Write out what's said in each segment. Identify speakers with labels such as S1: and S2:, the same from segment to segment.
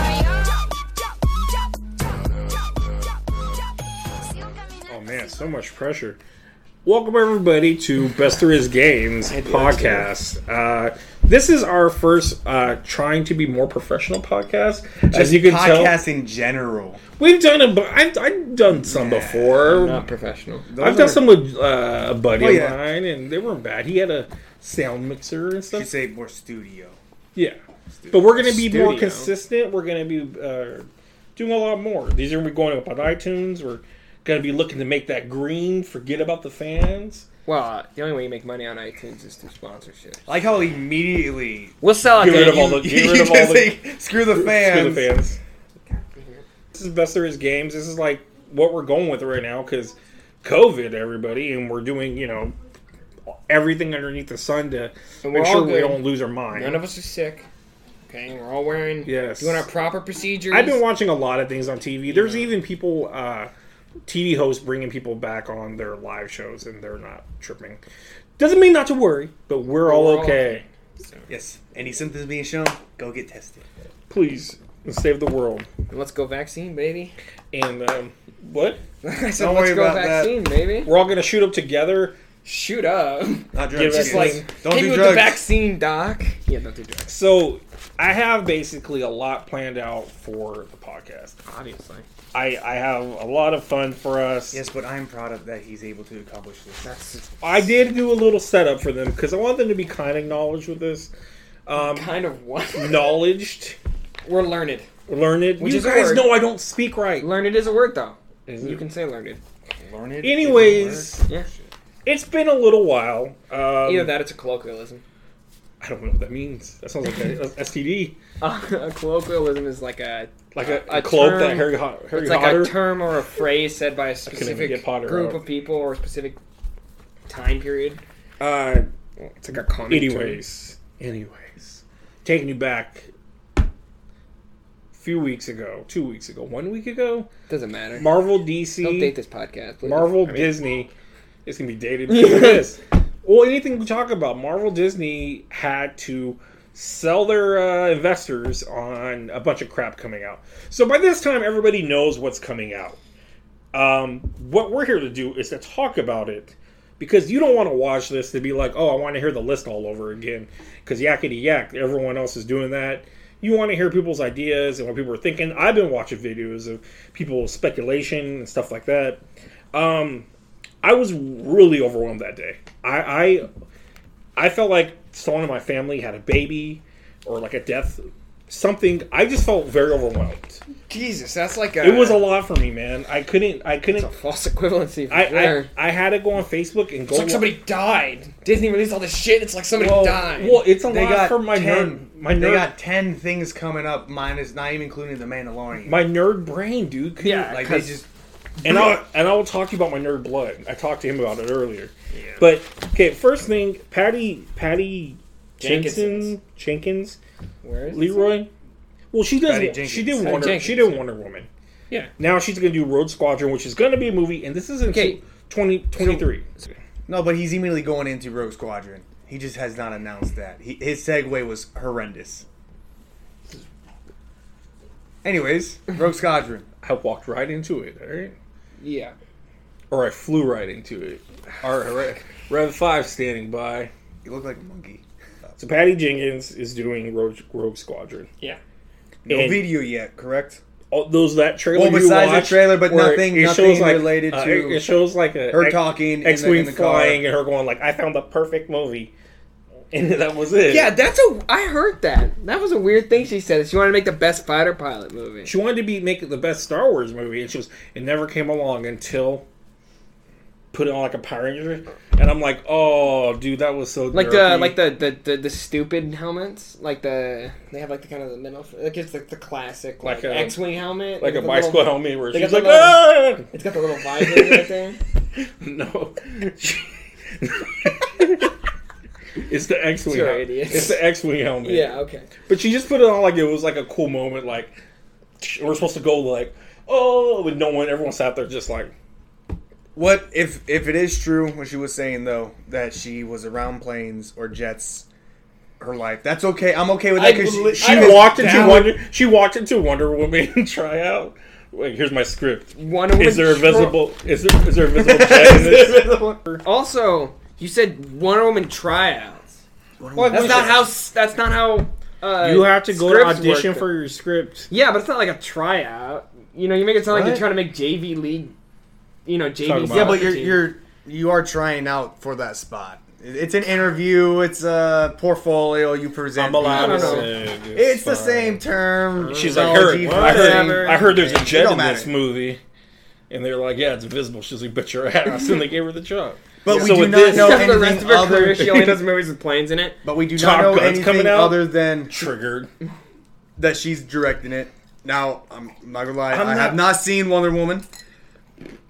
S1: Oh, man, so much pressure. Welcome everybody to Best There Is Games podcast. Uh, this is our first uh, trying to be more professional podcast. As you can
S2: podcasts in general.
S1: tell, we've done a bu- I've, I've done some before.
S3: Not professional.
S1: I've
S2: Those
S1: done
S2: are-
S1: some with uh, a buddy
S2: Oh,
S1: of
S2: yeah.
S1: mine, and they weren't bad. He had a sound mixer and
S2: You
S1: stuff.
S2: say more studio.
S1: Yeah, but we're gonna be more
S3: Studio.
S1: consistent. We're gonna be uh, doing a lot more. These are gonna be going up on iTunes. We're gonna be looking to make that green. Forget about the fans.
S3: Well, uh, the only way you make money on iTunes is through sponsorships.
S2: I like how immediately
S3: We'll sell it
S1: Get rid
S3: to
S1: of all
S3: you.
S1: the get
S2: you
S1: rid of all
S2: just
S1: the
S2: say, screw the fans.
S1: Screw the fans. This is best there is games. This is like what we're going with right now because COVID, everybody, and we're doing you know everything underneath the sun to
S3: And
S1: make
S3: we're
S1: sure
S3: all
S1: we
S3: good.
S1: don't lose our mind.
S3: None of us are sick. Okay, we're all wearing.
S1: Yes.
S3: Doing our proper procedures.
S1: I've been watching a lot of things on TV. There's even people, uh, TV hosts bringing people back on their live shows, and they're not tripping. Doesn't mean not to worry, but we're all
S3: We're all
S1: okay.
S2: Yes. Any symptoms being shown, go get tested.
S1: Please and save the world.
S3: And let's go vaccine, baby.
S1: And um, what?
S3: I said,
S2: Don't
S3: let's
S2: worry
S3: go
S2: about that.
S3: vaccine, baby.
S1: We're all gonna shoot up together.
S3: Shoot up.
S2: Not drugs.
S1: Give us,
S2: kids.
S3: Just like,
S2: don't
S3: hit
S2: do
S3: me with
S2: drugs.
S3: the vaccine, doc. Yeah, don't do drugs.
S1: So I have basically a lot planned out for the podcast.
S3: Obviously.
S1: I, I have a lot of fun for us.
S2: Yes, but I'm proud of that he's able to accomplish this.
S3: That's
S1: I did do a little setup for them because I want them to be kind of knowledge with this. Um,
S3: kind of what
S1: knowledged,
S3: we're learned.
S1: learned.
S3: Which
S1: you
S3: is a
S1: guys
S3: word.
S1: know I don't speak right.
S3: Learned is a word, though.
S1: Is
S3: You
S1: it?
S3: can say learned.
S2: Learned.
S1: Anyways.
S2: didn't work.
S3: Yeah.
S2: Shit.
S1: It's been a little while. Um,
S3: Either that, or it's a colloquialism.
S1: I don't know what that means. That sounds like a, a STD,
S3: Uh, a colloquialism is like a
S1: like a,
S3: A
S1: a, cloak that
S3: term.
S1: Harry, Hot- Harry
S3: it's like
S1: Potter.
S3: a term or a phrase said by a specific
S1: get Potter
S3: group
S1: out.
S3: of people or a specific time period.
S1: uh,
S3: It's like a common
S1: anyways, anyways, taking you back. A few weeks ago, two weeks ago, one week ago,
S3: term. Doesn't matter.
S1: Marvel,
S3: Don't date
S1: DC,
S3: this podcast. please.
S1: Marvel, Disney. It's gonna be dated. because of this. Well, anything we talk about, Marvel, Disney had to sell their uh, investors on a bunch of crap coming out. So by this time, everybody knows what's coming out. Um, what we're here to do is to talk about it because you don't want to watch this to be like, oh, I want to hear the list all over again because yakety yak, everyone else is doing that. You want to hear people's ideas and what people are thinking. I've been watching videos of people's speculation and stuff like that. Um, I was really overwhelmed that day. I, I I felt like someone in my family had a baby or like a death, something. I just felt very overwhelmed.
S3: Jesus, that's like a.
S1: It was a lot for me, man. I couldn't. I
S3: it's a
S1: couldn't.
S3: false equivalency. For
S1: I,
S3: sure.
S1: I, I had to go on Facebook and go.
S3: it's like somebody died. Disney released all this shit. It's like somebody
S1: Well,
S3: died.
S1: well, it's a
S2: They
S1: lot
S2: got
S1: for my
S2: ten.
S1: nerd. My
S2: they
S1: nerd.
S2: got ten things coming up, minus not even including the Mandalorian.
S1: my nerd brain, dude. couldn't-
S3: Yeah,
S2: like they
S3: 'cause-
S2: just
S1: and I'll and I'll talk to you about my nerd blood. I talked to him about it earlier. But okay, first thing, Patty Patty Jenkins
S3: Jenkinsons.
S1: Jenkins
S3: Where is this?
S1: Leroy. Well, she does. She
S2: Patty
S1: did
S2: Jenkins.
S3: Patty
S1: Wonder. she
S3: Jenkins,
S1: did Wonder Woman.
S3: Yeah.
S1: Now she's gonna do Road Squadron, which is gonna be a movie, and this is in
S3: Okay.
S1: okay. 2023.
S2: no, but he's immediately going into Rogue Squadron. He just has not announced that. He, his segue was horrendous. Anyways, Rogue Squadron.
S1: I walked right into it. All right.
S3: Yeah.
S1: Or I flew right into it. All right, Rev- Rev Five standing by.
S2: You look like a monkey.
S1: So Patty Jenkins is doing Rogue, Rogue Squadron.
S3: Yeah.
S2: No
S1: And-
S2: video yet, correct?
S1: Oh, those that trailer.
S2: Well,
S1: you
S2: besides the
S1: watched
S2: trailer, but
S1: where
S2: nothing-
S1: it
S2: nothing
S1: shows, like,
S2: related
S1: uh,
S2: to
S1: it, it shows like a
S2: Her
S1: X-
S2: talking,
S1: X-wing
S2: in the, in the car.
S1: flying, and her going like, "I found the perfect movie," and that was it.
S3: Yeah, that's a. I heard that. That was a weird thing she said. She wanted to make the best fighter pilot movie.
S1: she wanted to be make it the best Star Wars movie, and she was it never came along until put it on like a Power Ranger, and I'm like, oh, dude, that was so
S3: Like the
S1: derpy."
S3: like the, the, the, the stupid helmets, like the they have like the kind of the middle, like it's like the classic like,
S1: Like a-
S3: X-wing helmet,
S1: like
S3: with
S1: a
S3: the
S1: bicycle
S3: Little,
S1: helmet where
S3: They
S1: she's
S3: got
S1: like,
S3: the
S1: ah!
S3: it's got the little visor right there.
S1: no. It's the X wing.
S3: You're
S1: helmet.
S3: idiots.
S1: It's the X wing helmet.
S3: Yeah, okay.
S1: But she just put it on like it was like a cool moment. Like we're supposed to go like oh, but no one, everyone sat there just like
S2: What if if it is true what she was saying though that she was around planes or jets her life? That's okay. I'm okay with that
S3: I
S2: because she,
S3: believe-
S2: she
S1: she
S3: I
S2: was
S1: walked into
S2: down-
S1: Wonder. She walked into Wonder Woman tryout Wait, here's my script.
S3: One of
S1: Is there a
S3: tro-
S1: visible? Is there is there a visible jet in this?
S3: Also, you said one woman tryouts.
S1: Well,
S3: That's
S1: We
S3: not
S1: should-
S3: how. s- That's not how. Uh,
S1: You have to go to
S3: scripts
S1: audition
S3: work.
S1: for your script.
S3: Yeah, but it's not like a tryout. You know, you make it sound like you're
S2: What?
S3: trying to make JV league. You know,
S1: Talk
S3: JV.
S1: about
S2: Yeah,
S1: Yeah,
S2: but you're
S3: team.
S2: you're you are trying out for that spot. It's an interview. It's a portfolio you present.
S1: I'm allowed
S3: No,
S1: to
S3: no, no.
S1: say
S2: It's the
S1: fine.
S2: same term.
S1: She's like, Eric,
S2: terminology,
S1: well, I
S2: phrasing.
S1: heard, I heard there's
S2: It
S1: a jet
S2: don't
S1: in
S2: matter.
S1: this movie. And they're like, yeah, it's visible. She's like, but your ass. And they gave her the job.
S2: But
S1: Yeah.
S2: we
S1: So
S2: do
S1: with
S2: not
S1: this-
S2: know
S3: Except for the rest
S2: anything
S3: of her
S2: other.
S3: career, she only does movies with planes in it.
S2: But we do
S1: Top
S2: not know
S1: Gun's
S2: anything
S1: coming out?
S2: other than
S1: Triggered.
S2: that she's directing it. Now I'm not gonna lie. i
S1: I'm not-
S2: have not seen Wonder Woman.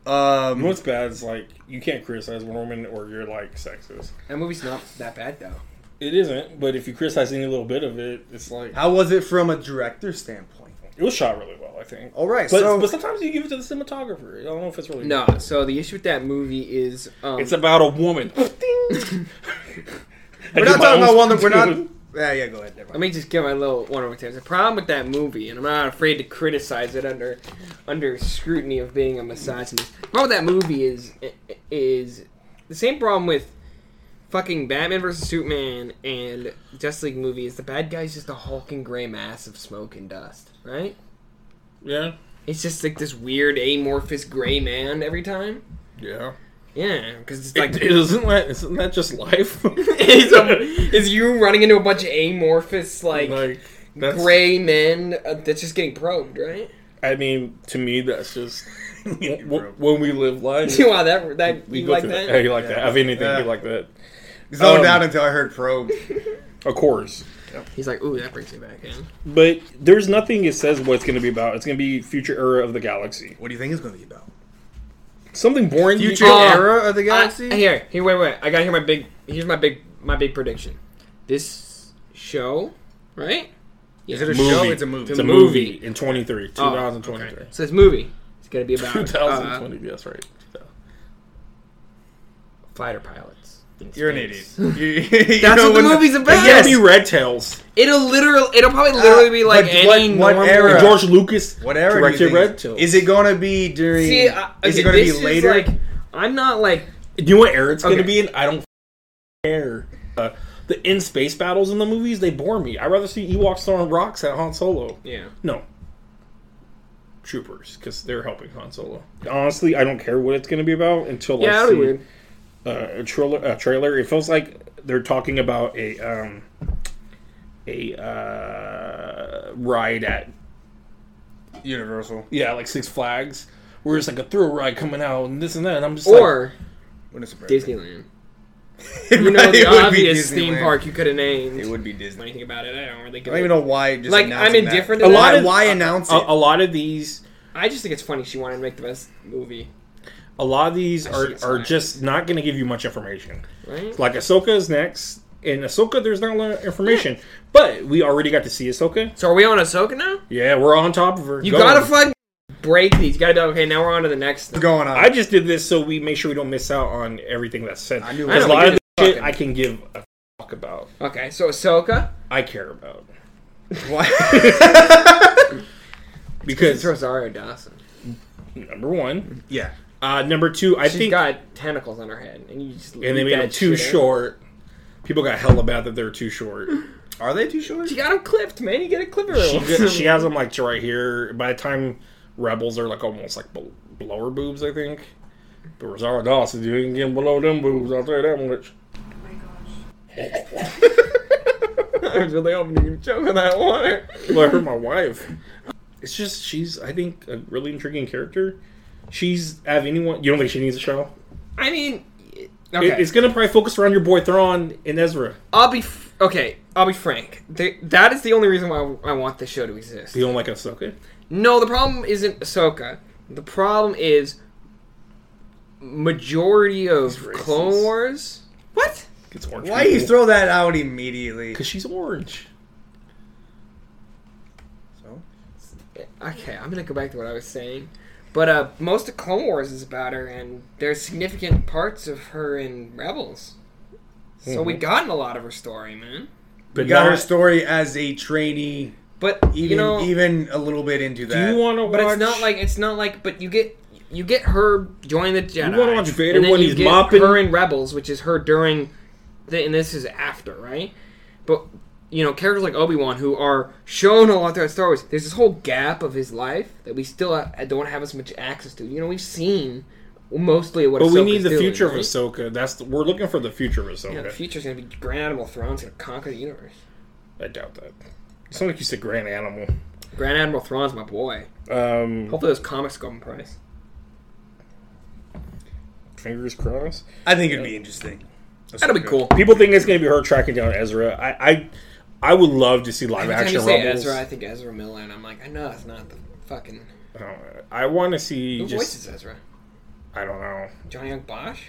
S2: Um,
S1: What's bad is, like, you can't criticize one woman or you're, like, sexist.
S3: That movie's not that bad though.
S1: It isn't, but if you criticize any little bit of it, it's like,
S2: how was it from a director's standpoint?
S1: it was shot really well, I think.
S2: All right,
S1: But,
S2: so
S1: but sometimes you give it to the cinematographer. I don't know if it's really.
S3: No, so the issue with that movie is um,
S1: It's about a woman.
S2: we're not talking about Wonder. We're not. Yeah, yeah. Go ahead. Never mind.
S3: Let me just give my little one over times. The problem with that movie, and I'm not afraid to criticize it under under scrutiny of being a misogynist. The problem with that movie is is the same problem with fucking Batman vs Superman and Justice League movie is the bad guy's just a hulking gray mass of smoke and dust, right?
S1: Yeah.
S3: It's just like this weird amorphous gray man every time.
S1: Yeah.
S3: Yeah, because it's
S1: Like,
S3: like
S1: it, isn't, that, isn't that just life?
S3: it's, a, it's you running into a bunch of amorphous like
S1: that's,
S3: gray men uh, that's just getting probed, right?
S1: I mean, to me, that's just w-
S2: Bro.
S1: w- when we live life.
S3: wow, that that
S1: We
S3: you
S1: go
S3: like
S1: through
S3: that?
S1: that. Yeah, you like
S2: Yeah.
S1: that. Of anything,
S2: Yeah.
S1: you like that.
S2: Zoned
S1: Um,
S2: out until I heard probe.
S1: Of course.
S3: He's like, ooh, that brings me back in.
S1: But there's nothing it says what it's going to be about. It's going to be future era of the galaxy.
S2: What do you think it's going to be about?
S1: Something boring.
S2: Future
S3: Oh,
S2: era of the galaxy.
S3: I, here, here, wait, wait. I got here. My big, here's my big, my big prediction. This show, right?
S2: Is it a
S1: Movie.
S2: show? It's a movie.
S1: It's a
S3: The
S1: movie,
S3: movie.
S1: in 23,
S3: Oh,
S1: 2023.
S3: okay. So this movie, it's gonna be about
S1: 2020. yes, right.
S3: uh, fighter pilots. in
S2: You're an idiot.
S3: space.
S2: You- you
S3: That's
S2: know
S3: what the
S2: when
S3: movie's about.
S1: Yes. It'll be Red Tails.
S3: It'll literally, it'll probably literally be like
S2: Ah, but
S3: any
S2: what- what
S3: normal.
S2: era?
S1: And George Lucas
S2: What era do you
S1: directed
S2: think
S1: Red
S2: it's-
S1: Tails.
S2: Is it going to be during?
S3: See, I, okay,
S2: is it going to be
S3: this is,
S2: later?
S3: Like, I'm not like
S1: Do you know what era it's
S3: Okay.
S1: going to be in? I don't care. Uh, the in space battles in the movies they bore me. I'd rather see Ewoks throwing rocks at Han Solo.
S3: yeah.
S1: No. Troopers, because they're helping Han Solo. Honestly, I don't care what it's going to be about until
S3: Yeah,
S1: I
S3: that'll
S1: see
S3: be weird.
S1: Uh, a trailer. A trailer. It feels like they're talking about a um, a uh, ride at
S2: Universal.
S1: yeah, like Six Flags, where it's like a thrill ride coming out and this and that. And I'm just like,
S3: Or
S2: Wouldn't surprise me.
S3: Disneyland. You know
S2: It
S3: the
S2: would be
S3: obvious theme
S2: Disneyland.
S3: park you could have named.
S2: It would be
S3: know
S2: Disney.
S3: anything about it. I don't really
S2: I
S3: give
S2: don't
S3: a-
S2: even know why. Just
S3: Like,
S2: announcing
S3: I'm
S2: that.
S3: indifferent to
S1: a
S3: that. Uh,
S1: lot of
S2: Why announce
S1: a,
S2: it?
S1: a lot of these
S3: I just think it's funny she wanted to make the best movie,
S1: a lot of these
S3: I
S1: are,
S3: should
S1: are
S3: say.
S1: just not going to give you much information.
S3: right?
S1: Like Ahsoka is next. In Ahsoka, there's not a lot of information, but we already got to see Ahsoka.
S3: So are we on Ahsoka now?
S1: Yeah, we're on top of her.
S3: You
S1: Go.
S3: gotta fucking break these. You gotta be like, okay, now we're on to the next.
S2: What's going on?
S1: I just did this so we make sure we don't miss out on everything that's said.
S2: I knew
S1: Because
S3: it.
S1: a lot of
S3: I know,
S1: the shit
S2: fucking-
S1: I can give a fuck about.
S3: Okay, so Ahsoka.
S1: I care about
S2: Why?
S1: because
S3: Rosario Dawson.
S1: number one,
S2: yeah.
S1: uh, number two, I
S3: She's
S1: think,
S3: got tentacles on her head, and you just leave
S1: and they made
S3: that
S1: them too
S3: shit in.
S1: short. People got hella bad that they're too short.
S2: Are they too short?
S3: She got them clipped, man. You get a clip of her.
S1: she,
S3: once in
S1: got-
S3: a
S1: she has them like to right here. By the time rebels are like almost like bel- below her boobs, I think. But Rosario Dawson, you ain't getting below them boobs. I'll tell you that much.
S3: while. I was really hoping you could choke on that water.
S1: Well, I hurt my wife. It's just she's, I think, a really intriguing character. She's have anyone. You don't think she needs a show?
S3: I mean,
S1: It-
S3: okay.
S1: it's gonna probably focus around your boy Thrawn and Ezra.
S3: I'll be f- okay. I'll be frank. They, that is the only reason why I want this show to exist.
S1: You don't like Ahsoka?
S3: No, the problem isn't Ahsoka. The problem is majority of
S1: racist.
S3: Clone Wars. What?
S1: It's orange.
S2: Why you throw that out immediately?
S1: Because she's orange.
S2: So?
S3: Okay, I'm gonna go back to what I was saying. But uh, most of Clone Wars is about her, and there's significant parts of her in Rebels. So we gotten a lot of her story, man.
S1: But
S2: got
S1: not,
S2: her story as a trainee
S3: But
S2: even
S3: you know,
S2: even a little bit into
S1: Do
S2: that.
S1: you want to watch?
S3: but it's not like it's not like. But you get you get her join the Jedi.
S1: wanna watch Vader
S3: and then
S1: when
S3: you
S1: he's
S3: get
S1: mopping?
S3: Her in Rebels, which is her during, the, and this is after, right? But you know, characters like Obi Wan who are shown a lot throughout Star Wars. There's this whole gap of his life that we still ha- don't have as much access to. You know, we've seen mostly what.
S1: But we
S3: Ahsoka's
S1: need the
S3: doing,
S1: future
S3: right?
S1: of Ahsoka. That's the, we're looking for the future of Ahsoka.
S3: Yeah, the future's gonna be Grand Animal Thrawn's gonna conquer the universe.
S1: I doubt that. It's not like you said Grand Animal.
S3: Grand Admiral Thrawn's my boy.
S1: Um,
S3: Hopefully, those comics go on price.
S1: fingers crossed.
S2: I think it'd be interesting.
S3: That'll be cool.
S1: People think it's gonna be her tracking down Ezra. I, I, I would love to see live
S3: Every time
S1: action
S3: you say
S1: Rebels.
S3: Ezra, I think Ezra Miller, and I'm like, I know it's not the fucking.
S1: Uh, I want to see
S3: Who
S1: just.
S3: voices Ezra?
S1: I don't know.
S3: Johnny Young Bosch?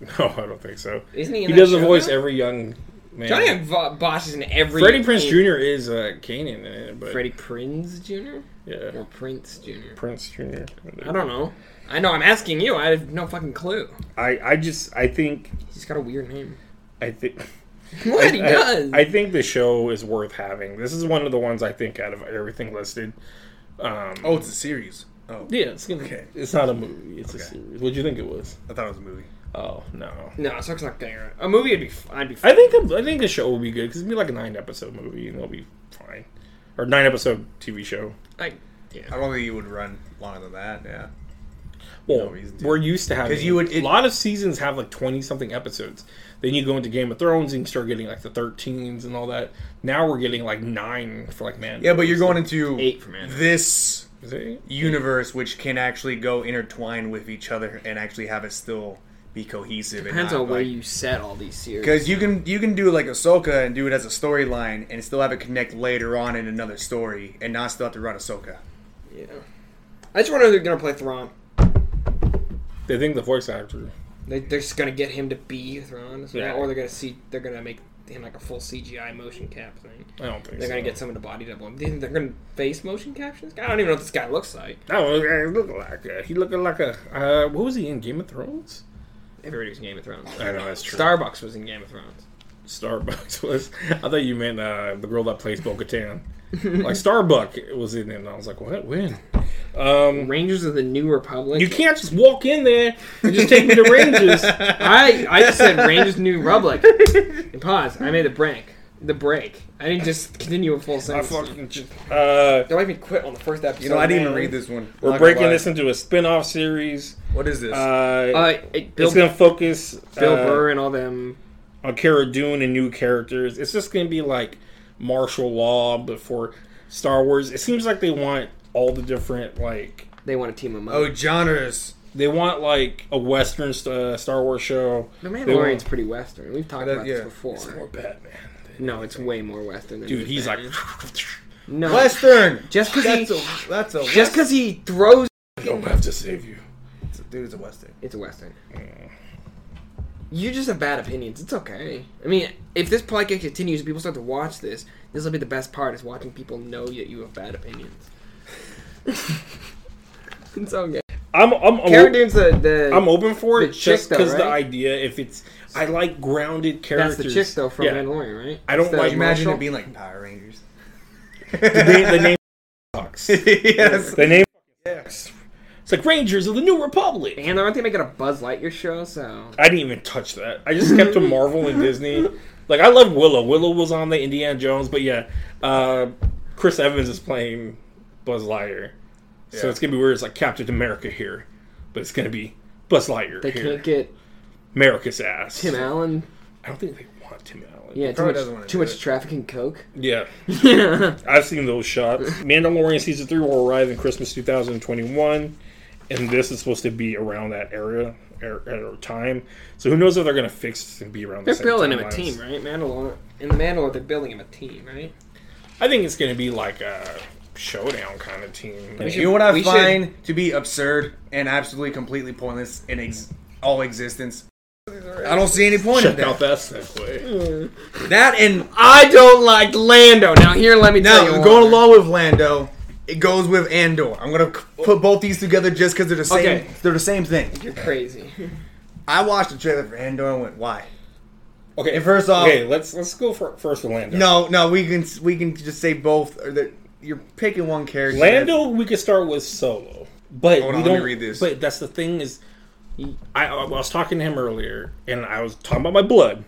S1: No, I don't think so.
S3: Isn't he? In
S1: He
S3: that
S1: does the
S3: show
S1: voice
S3: now?
S1: every young man.
S3: Johnny Young Vo- Bosch is in every.
S1: Freddie Prince
S3: in-
S1: Jr. is uh, Kanan in it, but
S3: Freddie Prince Jr.
S1: yeah,
S3: or Prince Jr.
S1: Prince Jr.
S3: I don't know. I know. I'm asking you. I have no fucking clue.
S1: I, I just I think
S3: He's got a weird name.
S1: I think
S3: What he
S1: I-
S3: does?
S1: I, think the show is worth having. This is one of the ones I think out of everything listed. Um,
S2: Oh, it's a series. Oh,
S1: yeah, it's gonna,
S2: Okay.
S1: It's not a movie. It's
S2: Okay.
S1: a series. What'd you think it was?
S2: I thought it was a movie.
S1: Oh no.
S3: no, Ahsoka's not getting around. A movie would be. f- I'd be.
S1: I think the, I think the show will be good because it'll be like a nine episode movie and they'll be fine, or nine episode TV show.
S3: I,
S2: I don't think you would run longer than that. Yeah.
S1: Well,
S2: reason to.
S1: we're used to having
S2: 'Cause you would-
S1: a lot of seasons have like twenty something episodes. Then you go into Game of Thrones and you start getting like the thirteens and all that. Now we're getting like nine for like man.
S2: Yeah, but you're going into
S3: Eight for Mando.
S2: this
S1: Is it?
S2: universe, which can actually go intertwine with each other and actually have it still be cohesive.
S3: depends on where you set all these series.
S2: Because you can you can do like Ahsoka and do it as a storyline and still have it connect later on in another story and not still have to run Ahsoka.
S3: Yeah. I just wonder if they're gonna play Thrawn.
S1: They think the voice actor.
S3: They, they're just gonna get him to be Thrawn, so-
S1: Yeah.
S3: or they're gonna see they're gonna make him like a full CGI motion cap thing.
S1: I don't think so.
S3: They're gonna get someone to body double him. Do you think They're gonna face motion captions. I don't even know what this guy looks like.
S1: Oh, yeah, he looking like a, he looking like a. Uh, what was he in Game of Thrones?
S3: Everybody was in Game of Thrones.
S1: I know that's true.
S3: Starbucks was in Game of Thrones.
S1: Starbucks was. I thought you meant uh, the girl that plays Bo-Katan. like Starbuck was in it, and I was like, what? When? Um,
S3: Rangers of the New Republic.
S1: you can't just walk in there and just take me to Rangers.
S3: I I just said Rangers of the New Republic. And pause. I made the break. The break. I didn't just continue a full
S1: I
S3: sentence.
S1: fucking. just- Uh,
S3: Don't make me quit on the first episode.
S2: You know, I didn't even
S1: man,
S2: read this one.
S1: we're breaking this into a spin-off series.
S2: What is this?
S1: Uh,
S3: Uh, it- Bill,
S1: it's gonna focus
S3: Bill
S1: uh,
S3: Burr and all them.
S1: on Cara Dune and new characters. It's just going to be like martial law before Star Wars. It seems like they want all the different like
S3: They want to team him up.
S2: oh, genres.
S1: they want like a western uh, Star Wars show.
S3: The
S1: They
S3: Mandalorian's
S1: want-
S3: pretty western. We've talked
S2: That-
S3: about
S2: yeah.
S3: this before.
S1: More Batman.
S3: no, it's way more western. Than
S1: Dude, he's like
S3: Batman. no.
S2: Western.
S3: Just because
S2: That's
S3: he
S2: a that's a
S3: just because he throws
S1: I don't have to save you.
S2: dude. It's a western.
S3: it's a western. You just have bad opinions. It's okay. I mean, if this podcast continues and people start to watch this, this will be the best part is watching people know that you have bad opinions. it's okay.
S1: I'm I'm
S3: Cara
S1: I'm,
S3: Dune's the, the
S1: I'm open for it
S3: the chick
S1: just
S3: though,
S1: because the
S3: right?
S1: idea if it's I like grounded
S3: that's
S1: characters.
S3: the chick though from
S1: Yeah.
S3: Mandalorian, right?
S1: I don't
S3: It's the
S1: like-
S2: Imagine
S3: marshal.
S2: it being like Power Rangers.
S1: The name, the name sucks.
S2: yes.
S1: The name sucks. It's like Rangers of the New Republic.
S3: And aren't they making a Buzz Lightyear show? So
S1: I didn't even touch that. I just kept to Marvel and Disney. Like I love Willow. Willow was on the Indiana Jones, but yeah, uh, Chris Evans is playing Buzz Lightyear, so
S2: Yeah.
S1: it's gonna be weird. It's like Captain America here, but it's gonna be Buzz Lightyear
S3: they
S1: here.
S3: can't get
S1: America's ass.
S3: Tim Allen
S1: I don't think they want Tim Allen.
S3: Yeah, too
S2: probably doesn't
S3: much,
S2: wanna
S3: too
S2: do
S3: much
S2: it.
S3: trafficking coke.
S1: yeah.
S3: Yeah.
S1: I've seen those shots. Mandalorian season three will arrive in Christmas 2021, and this is supposed to be around that area or, or time. So who knows if they're gonna fix and be around.
S3: They're
S1: the same
S3: building him a
S1: timelines.
S3: team, right? Mandalore. In the Mandalore, they're building him a team, right?
S1: I think it's going to be like a showdown kind of team.
S3: We should-
S2: You know what I
S3: we should-
S2: find to be absurd and absolutely completely pointless in ex- all existence. I don't see any point
S1: Check
S2: in
S1: out
S2: that.
S1: that segue.
S2: That and
S3: I don't like Lando. Now, here, let me
S2: now
S3: tell you.
S2: going
S3: why.
S2: along with Lando, it goes with Andor. I'm gonna c- put both these together just because they're the same.
S3: Okay.
S2: They're the same thing.
S3: You're crazy.
S2: I watched the trailer for Andor and went, "Why?
S1: Okay,
S2: And first off-
S1: okay, let's let's go for, first with Lando.
S2: No, no, we can we can just say both. Or that you're picking one character.
S1: Lando, we could start with Solo, but
S2: Hold
S1: we
S2: on, let
S1: don't
S2: me read this.
S1: But that's the thing is, I, I was talking to him earlier, and I was talking about my blood,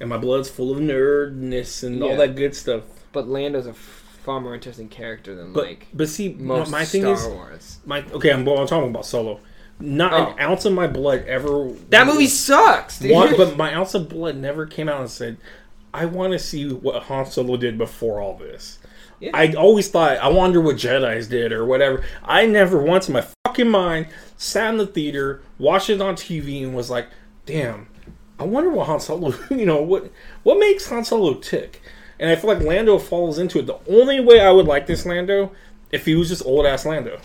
S1: and my blood's full of nerdness and all
S3: Yeah.
S1: that good stuff.
S3: But Lando's a f- far more interesting character than
S1: But
S3: like
S1: but see, my,
S3: most
S1: my thing
S3: Star
S1: is
S3: Wars.
S1: my okay. I'm, well, I'm talking about Solo. Not
S3: Oh.
S1: an ounce of my blood ever.
S3: That movie sucks, dude.
S1: One, but my ounce of blood never came out and said, "I want to see what Han Solo did before all this."
S3: Yeah.
S1: I always thought, "I wonder what Jedi's did or whatever." I never once in my fucking mind sat in the theater, watched it on TV, and was like, "Damn, I wonder what Han Solo. You know what? What makes Han Solo tick?" And I feel like Lando falls into it. The only way I would like this Lando if he was just old ass Lando.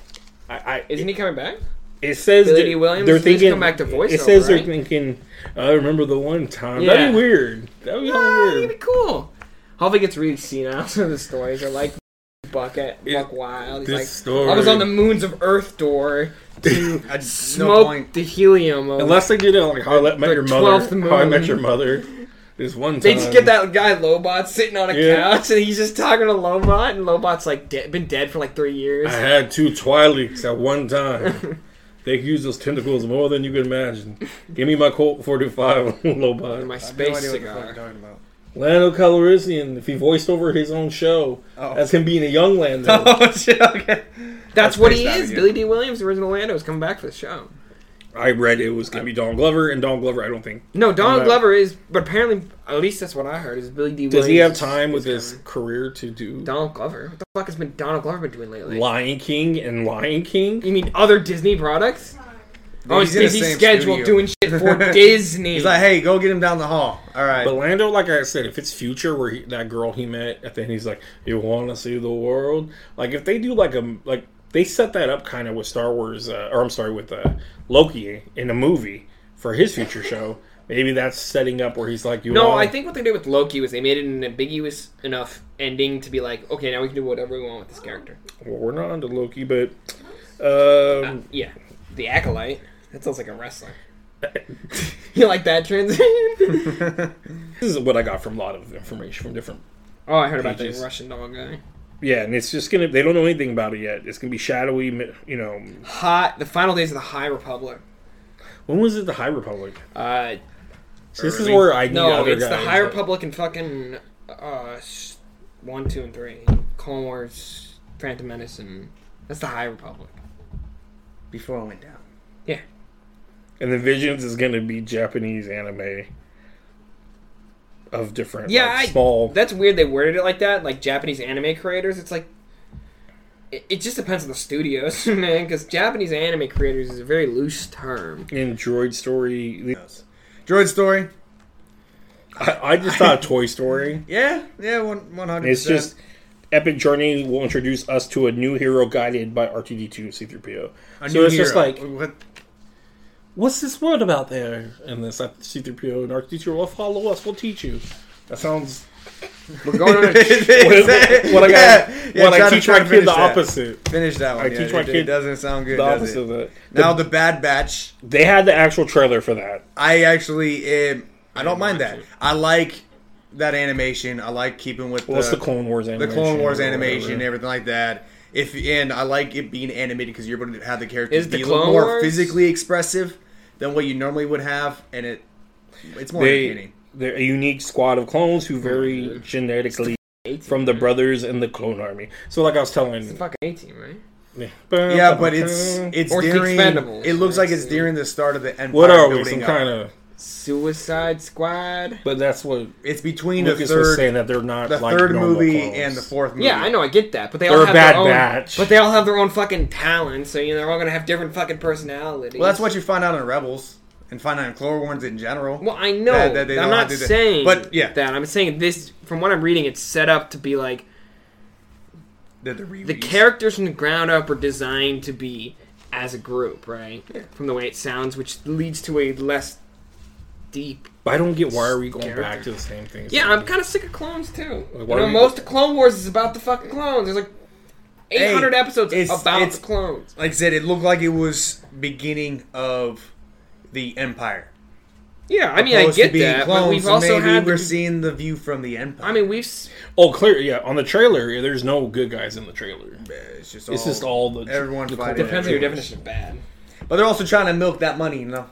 S1: I, I
S3: Isn't he coming back?
S1: it says
S3: Billy
S1: that
S3: Dee Williams,
S1: they're
S3: he's come
S1: thinking.
S3: back to
S1: it
S3: voiceover,
S1: says
S3: right?
S1: they're thinking. I remember the one time.
S3: Yeah.
S1: That'd be weird. That'd be
S3: Ah,
S1: weird.
S3: it'd be cool. Hopefully, it gets really senile. Some of the stories are like bucket, buck wild. He's
S1: this
S3: like,
S1: story-
S3: I was on the moons of Earth door to
S2: I just, no
S3: smoke
S2: point.
S3: the helium. Of,
S1: Unless they did it like how I met
S3: The
S1: your
S3: 12th
S1: mother. How I met
S3: moon.
S1: your mother. This one time.
S3: they just get that guy Lobot sitting on a
S1: Yeah.
S3: couch, and he's just talking to Lobot, and Lobot's like de- been dead for like three years.
S1: I had two Twi'leks at one time. they use those tentacles more than you can imagine. Give me my Colt 45
S3: And
S1: Lobot.
S2: I
S3: my
S2: have no idea what
S3: space
S2: the fuck you're
S3: cigar.
S2: talking about.
S1: Lando Calrissian, if he voiced over his own show,
S2: Oh.
S1: that's him being a young Lando.
S2: Oh shit! Okay.
S3: That's what
S2: spaced
S3: he
S2: out
S3: is.
S2: again.
S3: Billy D. Williams, the original Lando, is coming back for the show.
S1: I read it was going to be Don Glover, and Don Glover, I don't think.
S3: No, Donald
S1: Right.
S3: Glover is, but apparently, at least that's what I heard. Is Billy D. Williams?
S1: Does he have time
S3: is
S1: with his
S3: coming.
S1: career to do
S3: Donald Glover? What the fuck has been Donald Glover been doing lately?
S1: Lion King and Lion King.
S3: You mean other Disney products? Oh, he's
S2: in the
S3: busy
S2: same
S3: scheduled
S2: studio.
S3: doing shit for Disney.
S2: He's like, hey, go get him down the hall. All right.
S1: But Lando, like I said, if it's future where he, that girl he met at the end, he's like, "You want to see the world?" Like if they do like a like they set that up kind of with Star Wars, uh, or I'm sorry, with uh, Loki in a movie for his future show. Maybe that's setting up where he's like, "You
S3: no,
S1: wanna-
S3: I think what they did with Loki was they made it an ambiguous enough ending to be like, okay, now we can do whatever we want with this character.
S1: well, we're not onto Loki, but um,
S3: Yeah, the acolyte. That sounds like a wrestler. you like that transition?
S1: this is what I got from a lot of information from different
S3: oh, I heard about the
S1: Pages.
S3: Russian doll guy.
S1: Yeah, and it's just gonna—they don't know anything about it yet. It's gonna be shadowy, mi- you know.
S3: Hot. The final days of the High Republic.
S1: When was it the High Republic?
S3: Uh,
S1: So this is
S3: Early-
S1: where I need
S3: Uh, no,
S1: other
S3: it's the
S1: guys.
S3: High Republic and fucking uh, s- one, two, and three. Clone Wars, Phantom Menace, and that's the High Republic.
S2: Before I went down.
S3: Yeah.
S1: And the Visions is gonna be Japanese anime of different,
S3: Yeah,
S1: yeah, like,
S3: I-
S1: small.
S3: That's weird. They worded it like that, like Japanese anime creators. It's like it, it just depends on the studios, man. Because Japanese anime creators is a very loose term.
S1: in Droid Story,
S2: Droid story.
S1: I, I just thought Toy Story.
S2: Yeah. Yeah. One. One hundred.
S1: It's just Epic Journey will introduce us to a new hero guided by R2D2 and C3PO.
S2: A
S1: so
S2: new
S1: it's just
S2: hero.
S1: like,
S2: What?
S1: what's this word about there? And this C3PO and R2D2 will follow us. We'll teach you. That sounds
S3: We're going on. A,
S1: What- what I got-
S2: Yeah, yeah,
S1: when
S2: try
S1: I
S2: to-
S1: teach
S2: try
S1: my
S2: to
S1: kid
S2: finish
S1: the
S2: that.
S1: opposite.
S2: Finish that one.
S1: I
S2: yeah,
S1: teach my
S2: it,
S1: kid
S2: It doesn't sound good.
S1: The
S2: does
S1: opposite
S2: it?
S1: of that.
S2: Now the Bad Batch.
S1: They had the actual trailer for that.
S2: I actually, um, I don't mind
S3: watch
S2: that.
S3: it.
S2: I like that animation. I like keeping with
S1: What's
S2: the,
S1: the Clone Wars
S2: the
S1: animation?
S2: Clone Wars
S1: or
S2: animation, and
S1: whatever.
S2: everything like that. If and I like it being animated because you're able to have the characters
S3: Is the
S2: be a little
S3: Clone
S2: more
S3: Wars-
S2: physically expressive than what you normally would have, and it it's more
S1: They,
S2: entertaining.
S1: they're a unique squad of clones who vary genetically from the brothers in the clone army. So, like I was telling,
S3: fucking A team, right?
S2: Yeah, but it's it's
S3: Or the
S2: during.
S3: Expendables.
S2: It looks like it's during the start of the Empire
S1: what are we?
S2: building
S1: Some
S2: up.
S1: kind of.
S3: Suicide Squad.
S1: But that's what
S2: It's between
S1: Lucas
S2: the
S1: was
S2: third,
S1: saying that they're not
S2: the
S1: like
S2: third
S1: normal
S2: movie
S1: clones.
S2: and the fourth movie.
S3: Yeah, I know, I get that, but they
S1: They're
S3: all
S1: a
S3: have
S1: bad
S3: their own.
S1: batch.
S3: But they all have their own fucking talents, so you know they're all gonna have different fucking personalities.
S2: Well, that's what you find out in Rebels and find out in Clone Wars in general.
S3: Well, I know.
S2: That- that they
S3: I'm
S2: don't
S3: not
S2: do that.
S3: saying
S2: But, yeah.
S3: that. I'm saying this, from what I'm reading, it's set up to be like
S2: that the,
S3: the
S2: reuse.
S3: characters from the ground up are designed to be as a group, right? From the way it sounds, which leads to a less deep.
S1: But I don't get why are we going
S3: Character.
S1: back to the same things?
S3: Yeah, I'm kind of sick of clones too. You
S1: why
S3: know,
S1: are we-
S3: most of Clone Wars is about the fucking clones. There's like 800
S2: Hey,
S3: episodes
S2: it's-
S3: about
S2: it's-
S3: the clones.
S2: like I said, it looked like it was beginning of the Empire.
S3: Yeah, I mean, I
S2: Supposed to
S3: get
S2: be
S3: that, but
S2: clones,
S3: we've
S2: so
S3: also
S2: maybe
S3: had.
S2: we're
S3: The,
S2: seeing the view from the Empire.
S3: I mean, we've. s-
S1: Oh, clear. Yeah, on the trailer, there's no good guys in the trailer.
S2: it's just all,
S1: It's just all the
S2: everyone
S1: the
S2: fighting.
S1: corporate
S3: Depends on your
S1: trailers.
S3: definition of bad.
S2: but they're also trying to milk that money. You know,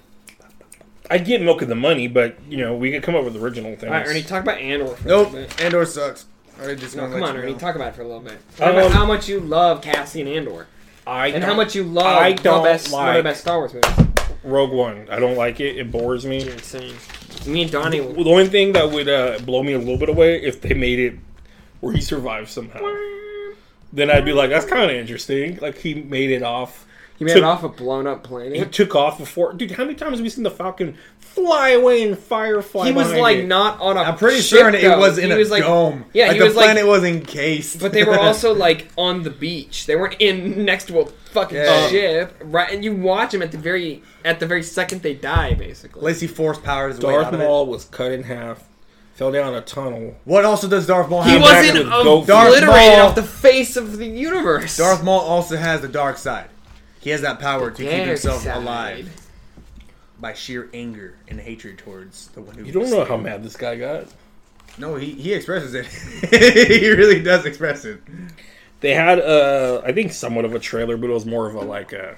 S1: I get milk of the money, but you know we could come up with original things.
S3: All right, Ernie, talk about Andor. For A
S2: nope.
S3: little bit.
S2: Andor sucks. I just
S3: No,
S2: wanna
S3: come
S2: let
S3: on,
S2: you
S3: Ernie,
S2: know.
S3: talk about it for a little bit. Talk
S1: Um,
S3: about how much you love Cassian Andor,
S1: I
S3: and
S1: don't-
S3: how much you love
S1: I don't
S3: the best, one
S1: like-
S3: of the best Star Wars movies.
S1: Rogue One. I don't like it. It bores me.
S3: You're insane. Me and Donnie.
S1: Well, the only thing that would uh, blow me a little bit away if they made it where he survived somehow. Then I'd be like, that's kind of interesting. Like he made it off.
S3: He made
S1: took-
S3: it off a blown up
S1: He
S3: planet.
S1: took off before. Dude, how many times have we seen the Falcon fly away and firefly?
S3: He was
S1: behind
S3: like
S1: it?
S3: not on a.
S2: I'm pretty
S3: ship,
S2: sure it
S3: though.
S2: was in
S3: he
S2: a
S3: was, like,
S2: dome.
S3: Yeah,
S2: like
S3: he
S2: the
S3: was
S2: planet
S3: like.
S2: was encased.
S3: But they were also like on the beach. They weren't in next to a fucking
S2: Yeah.
S3: ship, right? And you watch them at the very at the very second they die, basically.
S2: Lacey force powers. way out
S1: Darth
S2: of it.
S1: Maul was cut in half, fell down a tunnel.
S2: What also does Darth Maul
S3: he
S2: have?
S1: was- back
S3: wasn't
S1: with Goku.
S3: obliterated
S2: Darth Maul-
S3: off the face of the universe.
S2: Darth Maul also has the dark side. He has that power to keep
S3: Dark
S2: himself
S3: side.
S2: alive by sheer anger and hatred towards the one who.
S1: You don't know how mad this guy got.
S2: No, he he expresses it. he really does express it.
S1: They had, uh, I think, somewhat of a trailer, but it was more of a like a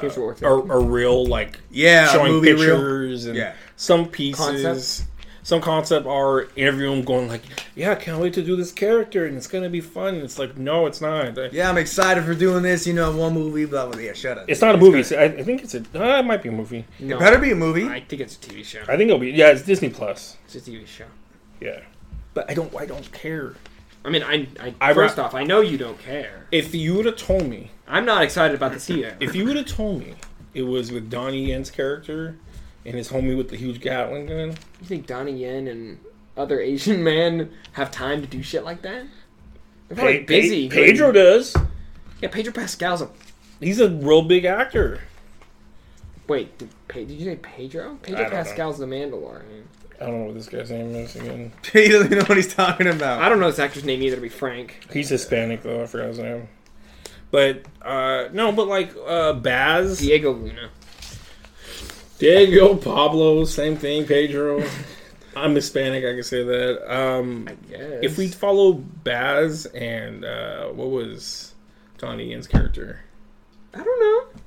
S3: Here's what we're
S1: a,
S3: thinking.
S1: a real like
S2: Yeah, a
S1: showing
S2: movie reel.
S1: pictures and
S2: Yeah.
S1: some pieces,
S3: Concepts.
S1: some concept art. Interview him going like, "Yeah, I can't wait to do this character, and it's gonna be fun." And it's like, no, it's not.
S2: Yeah, I'm excited for doing this. You know, one movie, blah blah. Yeah, shut up.
S1: It's not a movie. So I, I think it's a. Uh, it might be a movie.
S3: No,
S2: Better be a movie.
S3: I think it's a TV show.
S1: I think it'll be. Yeah, it's Disney Plus.
S3: It's a TV show.
S1: Yeah, but I don't. I don't care.
S3: I mean, I, I,
S1: I
S3: first
S1: ra-
S3: off, I know you don't care.
S1: If you would have told me,
S3: I'm not excited about the CEO.
S1: if you would have told me, it was with Donnie Yen's character and his homie with the huge Gatling gun.
S3: you think Donnie Yen and other Asian men have time to do shit like that? They're probably
S1: Pe- Pe-
S3: busy.
S1: Pedro does.
S3: Yeah, Pedro Pascal's a
S1: He's a real big actor.
S3: Wait, did, Pe- did you say Pedro?
S1: I
S3: Pedro
S1: don't know.
S3: Pascal's the Mandalorian.
S1: I don't know what this guy's name is again.
S2: he doesn't even know what he's talking about.
S3: I don't know this actor's name either, to be frank.
S1: He's Hispanic though. I forgot his name. But uh no, but like uh Baz,
S3: Diego Luna.
S1: Diego, Pablo, same thing. Pedro. I'm Hispanic. I can say that. Um
S3: Yes.
S1: If we follow Baz and uh what was Donnie Yen's character?
S3: I don't know.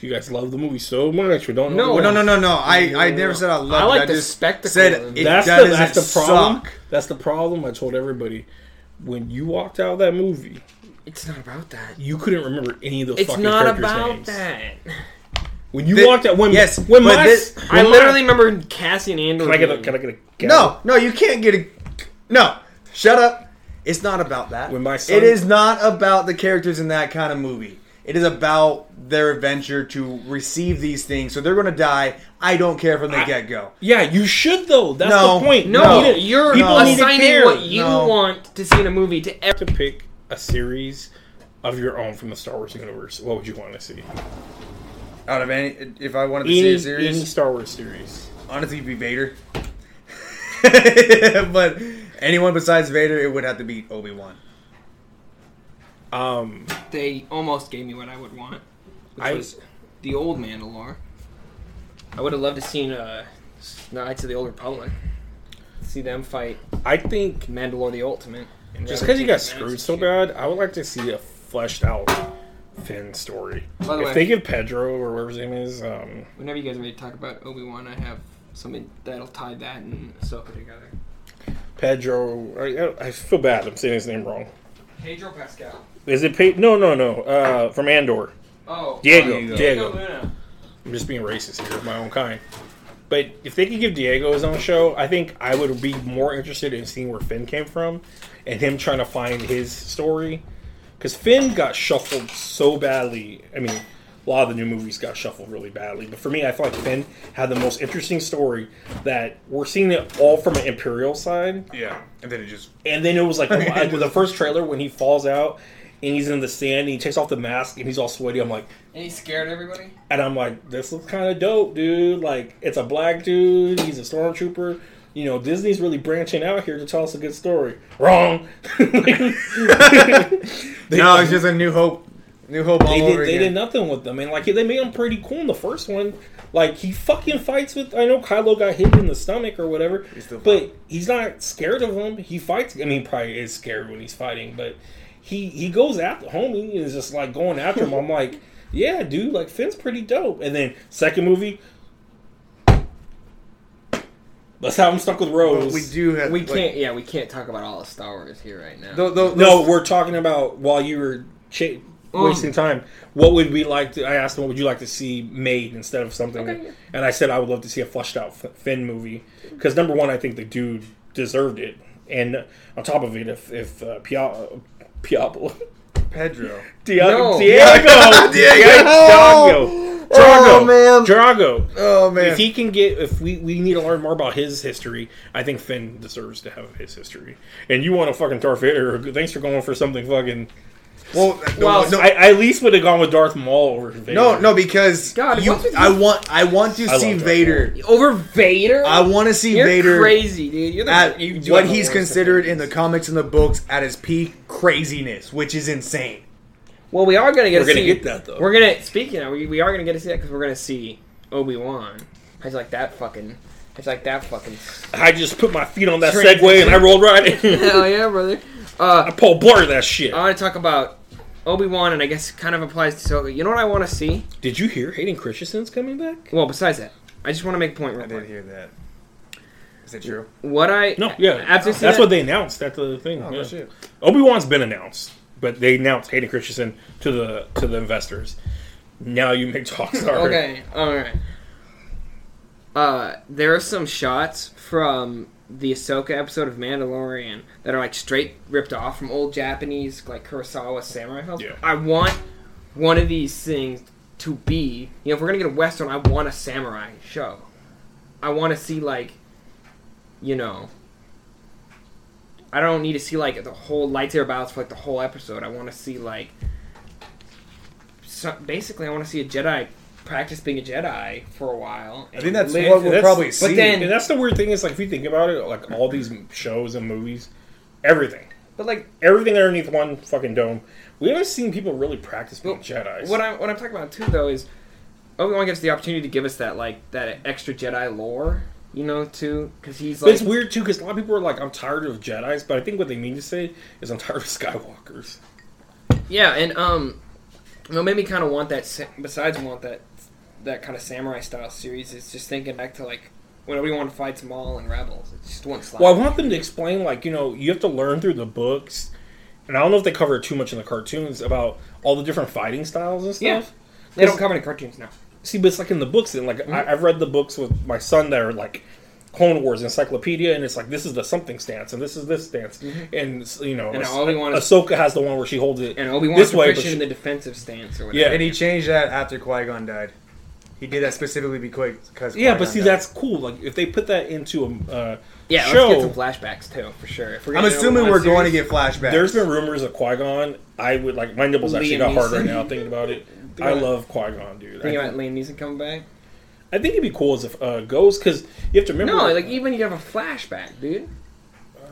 S1: You guys love the movie so much. We don't know.
S3: No,
S2: Well, no, no, no, no. I, I never said I loved
S3: I like
S2: it. I
S3: the
S2: just
S3: spectacle
S2: said
S3: of
S2: it
S3: it.
S1: that's
S2: doesn't
S1: the that's the problem.
S2: suck.
S1: That's the problem. I told everybody when you walked out of that movie,
S3: It's not about that.
S1: you couldn't remember any of those.
S3: It's
S1: fucking
S3: not
S1: characters'
S3: about
S1: names.
S3: that.
S1: When you
S2: Thi-
S1: walked out, when
S2: yes,
S1: when
S2: but
S1: my,
S2: this-
S1: when
S3: I
S1: my-
S3: literally remember Cassian Andor.
S1: can I get a,
S3: being-
S1: can I get a guess?
S2: No, no, you can't get a. No, shut up. It's not about that.
S1: When my son-
S2: it is not about the characters in that kind of movie. It is about their adventure to receive these things. So they're going to die. I don't care from the
S1: I-
S2: get go.
S1: Yeah, you should though. That's
S2: No,
S1: the point.
S3: No,
S1: You need to-
S3: you're
S1: people
S2: no.
S1: need to
S3: assigning
S1: care.
S3: what you
S2: No.
S3: want to see in a movie to every.
S1: to pick a series of your own from the Star Wars universe. What would you want to see?
S2: Out of any, if I wanted to
S1: Any,
S2: see a
S1: any
S2: series,
S1: Star Wars series.
S2: honestly, it'd be Vader. but anyone besides Vader, it would have to be Obi Wan.
S1: Um,
S3: They almost gave me what I would want, which
S1: I-
S3: was the old Mandalore. I would have loved to seen uh, Knights of the Old Republic. See them fight
S1: I think
S3: Mandalore the Ultimate. and
S1: just
S3: rather
S1: because you
S3: take
S1: got
S3: advantage
S1: screwed
S3: of
S1: so
S3: shit.
S1: bad, I would like to see a fleshed out Finn story.
S3: By the
S1: if
S3: way-
S1: they give Pedro or whatever his name is, um,
S3: Whenever you guys are ready to talk about Obi Wan, I have something that'll tie that and Ahsoka together.
S1: Pedro. I, I feel bad. I'm saying his name wrong.
S3: Pedro Pascal.
S1: Is it Pe- No, no, no. Uh, from Andor.
S3: Oh,
S1: Diego,
S3: uh,
S1: Diego.
S3: Luna.
S1: I'm just being racist here of my own kind. But if they could give Diego his own show, I think I would be more interested in seeing where Finn came from and him trying to find his story. Because Finn got shuffled so badly. I mean, a lot of the new movies got shuffled really badly. But for me, I feel like Finn had the most interesting story that we're seeing it all from an Imperial side.
S2: Yeah, and then it just
S1: And then it was like, like the first trailer when he falls out and he's in the sand and he takes off the mask and he's all sweaty. I'm like,
S3: And he scared everybody.
S1: and I'm like, this looks kind of dope, dude. Like, it's a black dude. He's a stormtrooper. You know, Disney's really branching out here to tell us a good story. Wrong.
S2: no, it's just a New Hope New Hope all
S1: They
S2: over
S1: did, they did
S2: again.
S1: nothing with them, and like they made him pretty cool in the first one. Like he fucking fights with. I know Kylo got hit in the stomach or whatever,
S2: still-
S1: but he's not scared of him. He fights. I mean, probably is scared when he's fighting, but he he goes after homie and is just like going after him. I'm like, yeah, dude, like Finn's pretty dope. And then second movie, let's have him stuck with
S2: But
S1: Rose.
S2: we do have.
S3: We
S2: like,
S3: can't. Yeah, we can't talk about all of Star Wars here right now.
S2: tho- tho-
S1: No,
S2: those-
S1: we're talking about while you were cha- wasting time. What would we like to? I asked him, what would you like to see made instead of something?
S3: Okay, yeah.
S1: And I said I would love to see a fleshed out F- Finn movie because number one, I think the dude deserved it, and on top of it, if if uh, Pia- Piablo.
S2: Pedro.
S1: Diago,
S3: No.
S1: Diago, Diago, Drago,
S2: Oh, man.
S1: Drago.
S2: Oh man.
S1: If he can get, if we we need to learn more about his history, I think Finn deserves to have his history. And you want to fucking Darth Vader? Thanks for going for something fucking.
S2: well, no,
S3: Well,
S2: no,
S1: I, I at least would have gone with Darth Maul over Vader.
S2: no, no, because
S3: God,
S2: you,
S3: what's with
S2: I
S3: you?
S2: want, I want to
S1: I
S2: see
S1: love Darth
S2: Vader.
S3: Over Vader.
S2: I want to see
S3: You're
S2: Vader
S3: crazy, dude. You're the,
S2: at
S3: you do
S2: what
S3: have the
S2: he's
S3: worst
S2: considered in
S3: opinions.
S2: the comics and the books at his peak craziness, which is insane.
S3: Well, we are gonna get.
S1: We're
S3: to
S1: gonna
S3: see,
S1: get that, though.
S3: We're gonna speaking. Of, we we are gonna get to see that because we're gonna see Obi Wan. It's like that fucking. It's like that fucking.
S1: I just put my feet on that
S3: Straight-
S1: Segway and I rolled right in.
S3: Hell yeah, brother.
S1: I Paul Blart that shit.
S3: I want to talk about Obi Wan, and I guess it kind of applies to Ahsoka. You know what I want to see?
S1: Did you hear Hayden Christensen's coming back?
S3: Well, besides that, I just want to make a point. Real quick.
S2: hear that. Is it true?
S3: What I
S1: No, yeah.
S3: after
S1: That's what they announced at the thing.
S2: Oh,
S1: yeah.
S2: shit.
S1: Obi Wan's been announced, but they announced Hayden Christensen to the to the investors. Now you may talk. Sorry.
S3: Okay, all right. Uh, there are some shots from the Ahsoka episode of Mandalorian that are like straight ripped off from old Japanese like Kurosawa samurai films.
S1: Yeah.
S3: I want one of these things to be, you know, if we're gonna get a western, I want a samurai show. I want to see like, you know. I don't need to see like the whole lightsaber battles for like the whole episode. I want to see like so basically I want to see a Jedi practice being a Jedi for a while.
S2: I think that's
S1: Live-
S2: what we'll
S1: that's-
S2: probably
S1: but
S2: see.
S3: then-
S1: And that's the weird thing is like if you think about it, like all these shows and movies, everything,
S3: But like
S1: everything underneath one fucking dome. We haven't seen people really practice being Jedi's.
S3: what I'm what I'm talking about too though is Obi Wan gives the opportunity to give us that like that extra Jedi lore, you know, too, because he's
S1: But
S3: like
S1: it's weird too because a lot of people are like, "I'm tired of Jedi's," but I think what they mean to say is, "I'm tired of Skywalkers."
S3: yeah, and um, what made me kind of want that sa- besides want that that kind of samurai style series is just thinking back to like when Obi Wan fights Maul and Rebels, it's just one slap.
S1: Well, I want them to explain, like you know, you have to learn through the books, and I don't know if they cover it too much in the cartoons about all the different fighting styles and stuff.
S3: Yeah. they don't come in cartoons now.
S1: See, but it's like in the books, and like
S3: Mm-hmm.
S1: I, I've read the books with my son that are like Clone Wars encyclopedia, and it's like this is the something stance, and this is this stance, and you know,
S3: Mm-hmm. And
S1: Ah-
S3: Obi-Wan is-
S1: Ahsoka has the one where she holds it
S3: And Obi Wan's
S1: this way,
S3: proficient
S1: but she,
S3: in the defensive stance or whatever.
S1: yeah,
S2: And he changed that after Qui Gon died. He did that specifically because
S1: yeah, but see, that's cool. Like if they put that into a uh,
S3: Yeah,
S1: show,
S3: let's get some flashbacks too, for sure. If we're
S2: I'm
S3: gonna do
S2: assuming
S3: one
S2: we're going to
S3: series-
S2: get flashbacks.
S1: There's been rumors of Qui Gon. I would like my nipples actually got
S3: Liam
S1: hard
S3: Neeson.
S1: right now thinking about it. I
S3: about-
S1: love Qui Gon, dude.
S3: Think
S1: I,
S3: about Liam Neeson coming back.
S1: I think it'd be cool as if uh, goes because you have to remember.
S3: No, like even you have a flashback, dude.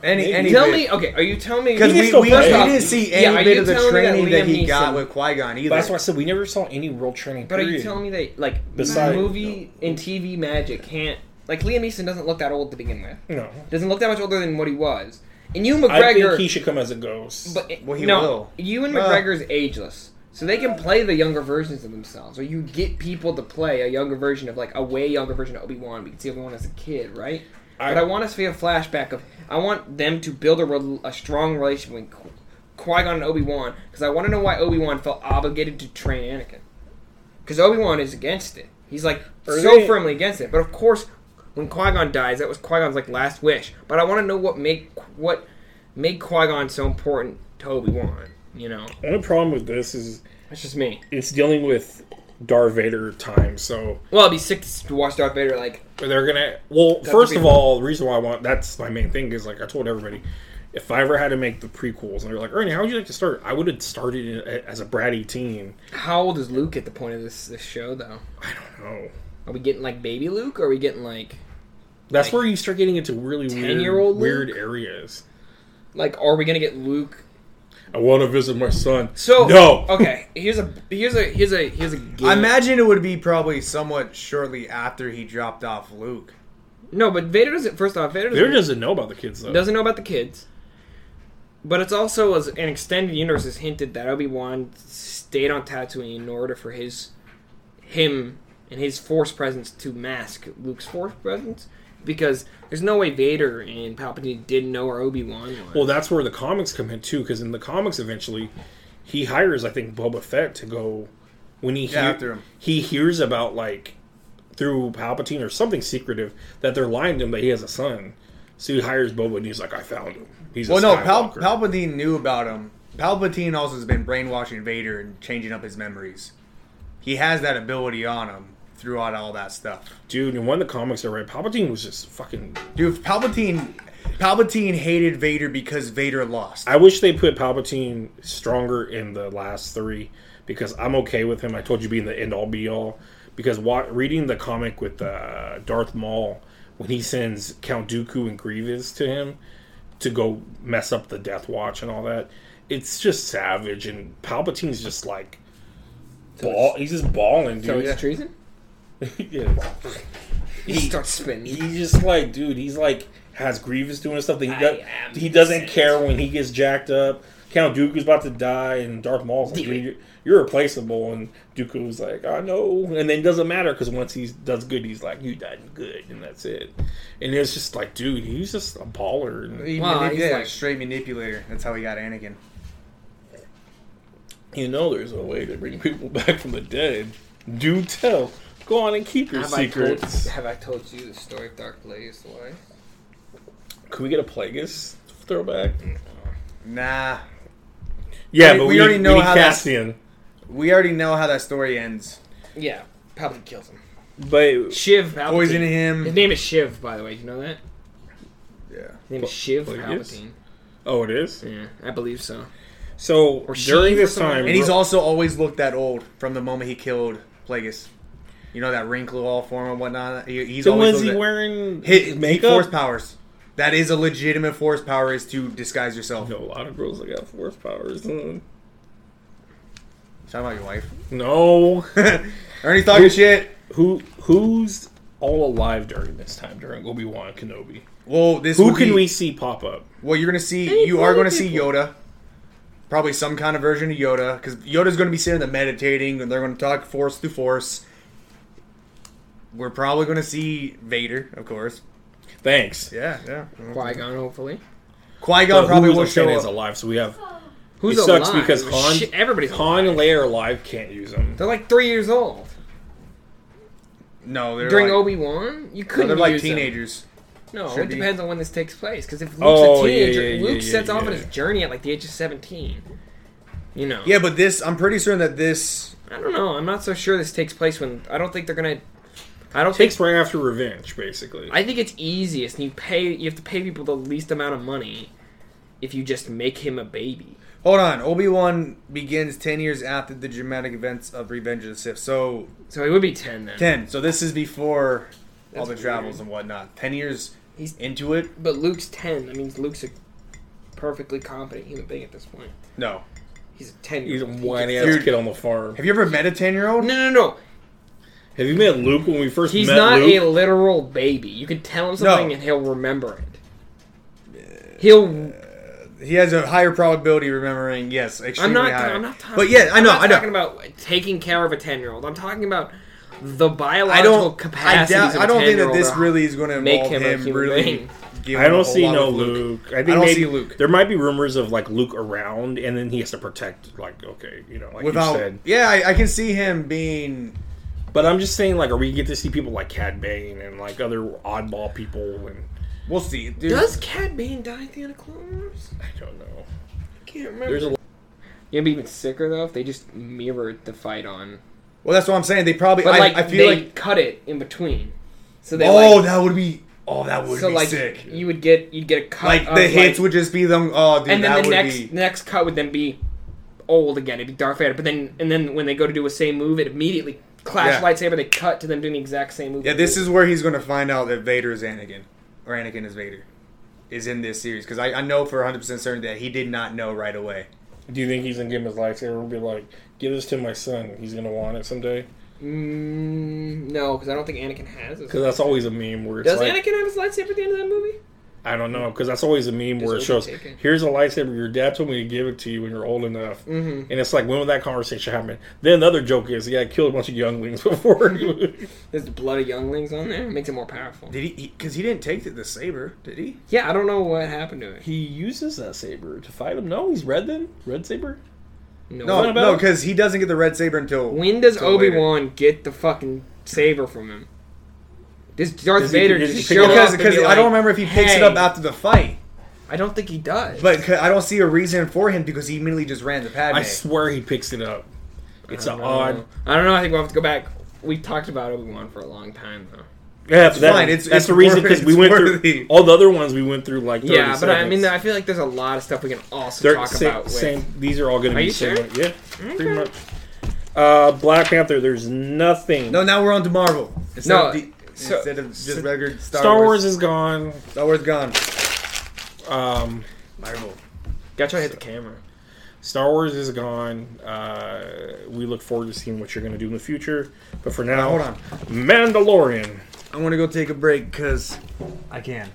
S2: any,
S1: Maybe.
S2: any
S3: Tell
S2: bit.
S3: me, okay, are you telling me?
S2: because
S1: He
S2: we,
S1: still
S2: we, we
S1: plays.
S2: didn't see any
S3: Yeah, are
S2: bit
S3: you
S2: of the
S3: telling me that
S2: training that,
S3: Liam
S2: he
S3: Neeson-
S2: got with Qui Gon either.
S1: But that's why I said we never saw any real training.
S3: But are you
S1: period.
S3: telling me that like
S1: Besides-
S3: movie and TV magic can't like Liam Neeson doesn't look that old to begin with.
S1: No,
S3: Doesn't look that much older than what he was. And you McGregor,
S1: I think he should come as a ghost.
S3: but
S2: Well, he
S3: no,
S2: will.
S3: you and
S2: Uh.
S3: McGregor's ageless. So they can play the younger versions of themselves, or you get people to play a younger version of like a way younger version of Obi Wan. We can see Obi Wan as a kid, right?
S1: I-
S3: but I want us to see a flashback of. I want them to build a, rel a strong relationship with Qui Gon and Obi Wan because I want to know why Obi Wan felt obligated to train Anakin. Because Obi Wan is against it. He's like
S1: Are
S3: so
S1: they-
S3: firmly against it. But of course, when Qui Gon dies, that was Qui Gon's like last wish. But I want to know what made what made Qui Gon so important to Obi Wan. You know,
S1: the only problem with this is
S3: that's just me.
S1: it's dealing with Darth Vader time. So
S3: Well, it'd be sick to s- to watch Darth Vader like
S1: they're gonna. Well,
S3: to
S1: first
S3: be-
S1: of all, the reason why I want that's my main thing is like I told everybody. If I ever had to make the prequels, and they're like, Ernie, how would you like to start? I would have started it as a bratty teen.
S3: how old is Luke at the point of this this show though?
S1: No.
S3: Are we getting like baby Luke? Or are we getting like
S1: That's where you start getting into really weird,
S3: 10-year-old Luke?
S1: weird areas.
S3: like are we gonna get Luke?
S1: I want to visit my son.
S3: So
S1: no,
S3: okay. Here's a here's a here's a here's a game.
S2: I imagine it would be probably somewhat shortly after he dropped off Luke.
S3: no, but Vader doesn't. First off, Vader doesn't,
S1: Vader doesn't know about the kids though.
S3: doesn't know about the kids. But it's also as an extended universe has hinted that Obi Wan stayed on Tatooine in order for his him and his Force presence to mask Luke's Force presence because there's no way Vader and Palpatine didn't know where Obi Wan was.
S1: Well, that's where the comics come in too, because in the comics, eventually, he hires I think Boba Fett to go when he hear-
S2: after him.
S1: He hears about like through Palpatine or something secretive that they're lying to him that he has a son. So he hires Boba, and he's like, "I found him." He's
S2: Well,
S1: a
S2: no, Pal-
S1: Skywalker."
S2: Palpatine knew about him. Palpatine also has been brainwashing Vader and changing up his memories. He has that ability on him throughout all that stuff.
S1: dude. And one of the comics I read, Palpatine was just fucking.
S2: Dude, Palpatine, Palpatine hated Vader because Vader lost.
S1: I wish they put Palpatine stronger in the last three because I'm okay with him. I told you being the end all be all because wa- reading the comic with uh, Darth Maul when he sends Count Dooku and Grievous to him to go mess up the Death Watch and all that, it's just savage and Palpatine's just like ball. He's just balling,
S3: so
S1: dude.
S3: it's treason.
S1: yeah.
S3: He, starts spinning.
S1: He's just like, dude, he's like has Grievous doing stuff that he does,
S3: am
S1: he doesn't
S3: innocent.
S1: care when he gets jacked up. Count Dooku's about to die, and Darth Maul's like,
S3: Do
S1: dude, you're, you're replaceable. And Dooku's like, I know. And then it doesn't matter because once he does good, he's like, you done good, and that's it. And it's just like, dude, he's just a baller. And,
S2: He
S3: Wow,
S2: manip-
S3: he's
S2: yeah,
S3: like-
S2: straight manipulator. That's how he got Anakin.
S1: you know, there's a way to bring people back from the dead. Do tell. Go on and keep your
S3: Have I, told,
S1: secrets.
S3: have I told you the story of Dark Blaze? Why?
S1: Can we get a Plagueis throwback?
S2: Nah,
S1: Yeah,
S2: We-
S1: but
S2: we
S1: we,
S2: already
S1: need-
S2: know
S1: we need
S2: how that's-
S1: Cassian.
S2: we already know how that story ends.
S3: Yeah, Palpatine kills him.
S1: But
S3: Shiv Palpatine.
S2: Poison
S3: His
S2: him.
S3: name is Shiv, by the way. Do you know that?
S2: Yeah.
S3: His name is Shiv
S1: Well, it is?
S3: Palpatine.
S1: oh, it is.
S3: Yeah, I believe so.
S1: So during
S3: Sheev or
S1: this
S3: something
S1: time,
S3: like
S2: And he's
S1: Ro-
S2: also always looked that old from the moment he killed Plagueis. You know that wrinkle all form and whatnot. He, he's
S1: So
S2: always
S1: was he
S2: looked that-
S1: wearing
S2: Hit
S1: makeup?
S2: force powers. That is a legitimate force power is to disguise yourself.
S1: I know a lot of girls that got force powers. Mm.
S2: Talking about your wife.
S1: No,
S2: Ernie's talking shit.
S1: who who's all alive during this time during Obi Wan Kenobi?
S2: Well, this
S1: Who
S2: would
S1: can
S2: be-
S1: we see pop up?
S2: Well, you're gonna see. You are gonna see Yoda. Probably some kind of version of Yoda, because Yoda's gonna be sitting there meditating, and they're gonna talk force to force. We're probably gonna see Vader, of course.
S1: Thanks.
S2: Yeah, yeah.
S3: Qui Gon, hopefully.
S2: Qui
S1: But
S2: Gon probably
S1: who's
S2: will
S1: I'm saying
S2: show
S1: is
S2: up.
S1: alive. So we have
S3: Who's
S1: it sucks
S3: alive?
S1: because Han,
S3: Shit, everybody's
S1: Han
S3: alive.
S1: and Leia are alive. Can't use them.
S3: They're like three years old.
S2: No, they're
S3: During
S2: like,
S3: Obi Wan, you
S2: no,
S3: couldn't.
S2: they're like
S3: use them.
S2: teenagers.
S3: No,
S2: Should
S3: it
S2: be.
S3: depends on when this takes place. Because if Luke's
S1: Oh,
S3: a
S1: yeah,
S3: teenager,
S1: yeah, yeah,
S3: Luke
S1: yeah,
S3: sets off on
S1: yeah.
S3: his journey at like the age of seventeen. You know.
S2: Yeah, but this, I'm pretty certain that this.
S3: I don't know. I'm not so sure this takes place when. I don't think they're gonna. I don't think.
S1: Takes right after Revenge, basically.
S3: I think it's easiest. and You pay. You have to pay people the least amount of money, if you just make him a baby.
S2: Hold on, Obi Wan begins ten years after the dramatic events of Revenge of the Sith. So
S3: So it would be ten then.
S2: ten. So this is before all
S3: That's
S2: the
S3: weird.
S2: travels and whatnot. Ten years
S3: He's-
S2: into it.
S3: But Luke's ten. That means Luke's a perfectly competent human being at this point.
S2: No.
S3: He's a ten.
S1: He's a whiny
S3: No,
S1: ass
S2: Dude.
S1: kid on the farm.
S2: Have you ever met a ten year old?
S3: no, no.
S1: Have you met Luke when we first
S3: He's
S1: met
S3: not
S1: Luke?
S3: a literal baby. You can tell him something
S2: No.
S3: and he'll remember it. He'll.
S2: He has a higher probability of remembering. Yes,
S3: I'm
S2: extremely
S3: not.
S2: high.
S3: I'm not talking.
S2: But yeah, I
S3: I'm
S2: know.
S3: not
S2: I know.
S3: talking about taking care of a ten-year-old. I'm talking about the biological
S2: I don't. I,
S3: capacities.
S2: doubt,
S3: of
S2: I don't think that this
S3: 10-year-old
S2: really is going to
S3: make
S2: involve
S3: him, a
S2: him,
S3: human
S2: really.
S3: being.
S2: giving
S1: I
S2: a whole
S1: don't see
S2: lot
S1: no
S2: of
S1: Luke. I think
S2: don't
S1: maybe,
S2: see Luke.
S1: There might be rumors of like Luke around, and then he has to protect. Like, okay, you know, like
S2: Without,
S1: you said.
S2: yeah, I, I can see him being.
S1: But I'm just saying, like, are we get to see people like Cad Bane and like other oddball people? And
S2: We'll see. Dude.
S3: Does Cad Bane die at the end of Clone Wars?
S1: I don't know.
S3: I can't remember.
S1: There's a
S3: You'd be even sicker though if they just mirrored the fight on.
S2: Well, that's what I'm saying. They probably.
S3: But
S2: I,
S3: like
S2: I feel
S3: they
S2: like.
S3: cut it in between, so they
S2: oh,
S3: like,
S2: that would be. Oh, that would
S3: so
S2: be
S3: like
S2: sick.
S3: you would get you'd get a cut
S2: Like
S3: of,
S2: the hits
S3: like-
S2: would just be them. Oh, dude,
S3: and
S2: that
S3: then the
S2: would
S3: next
S2: be.
S3: next cut would then be old again. It'd be Darth Vader, but then and then when they go to do a same move, it immediately
S2: Yeah.
S3: clash lightsaber. They cut to them doing the exact same move.
S2: Yeah, this is where he's going to find out that Vader is Anakin, or Anakin is Vader, is in this series because I, I know for 100 percent certain that he did not know right away.
S1: Do you think he's gonna give him his lightsaber? Will be like, give this to my son. He's gonna want it someday.
S3: Mm, no, because I don't think Anakin has. His...
S1: Because that's always a meme where it's
S3: Does
S1: like,
S3: Anakin have his lightsaber at the end of that movie?
S1: I don't know. Because that's always a meme where it
S3: Just
S1: shows,
S3: overtake it.
S1: here's a lightsaber. Your dad told me to give it to you when you're old enough.
S3: Mhm.
S1: And it's like, when would that conversation happen? Then the other joke is, yeah, I killed a bunch of younglings before. he-
S3: There's the blood of younglings on there. It makes it more powerful.
S2: Did he? Because he, didn't take the, the saber, did he?
S3: Yeah, I don't know what happened to it.
S1: he uses that saber to fight him. No, he's red then. Red saber.
S2: No,
S1: What about-
S2: no, because he doesn't get the red saber until
S3: When does
S2: Till later.
S3: Obi Wan get the fucking saber from him? Does Darth
S1: Does he-
S3: Vader
S1: does he
S3: just
S1: pick
S3: show
S1: it up?
S3: up?
S2: because
S3: and
S2: because
S3: be
S2: I
S3: like,
S2: don't remember if he picks it
S3: "Hey."
S2: up after the fight,
S3: I don't think he does.
S2: but 'cause I don't see a reason for him because he immediately just ran to Padme.
S1: I swear he picks it up. It's
S3: I
S1: an
S3: don't
S1: odd.
S3: know. I don't know. I think we'll have to go back. We talked about Obi Wan for a long time though.
S1: Yeah, but that-
S2: fine. It's-
S1: that's
S2: it's
S1: the reason because
S2: worth-
S1: we
S2: it's
S1: went
S2: worthy.
S1: through all the other ones. We went through like 30
S3: Yeah, but I mean,
S1: seconds.
S3: I feel like there's a lot of stuff we can also
S1: They're
S3: talk
S1: same,
S3: about. With.
S1: same. These are all going to
S3: Are
S1: be
S3: you
S1: same.
S3: sure?
S1: Yeah, pretty much. Uh, Black Panther. There's nothing.
S2: No, now we're on to Marvel. Instead
S3: No,
S2: of the-
S3: so-
S2: instead of just regular Star,
S1: Star, Wars.
S2: Wars.
S1: is gone.
S2: Star Wars gone.
S1: Um,
S2: Marvel.
S3: Gotta try to hit the camera.
S1: Star Wars is gone. Uh, we look forward to seeing what you're going to do in the future. But for now,
S2: Hold on.
S1: Mandalorian.
S2: I want to go take a break because I can.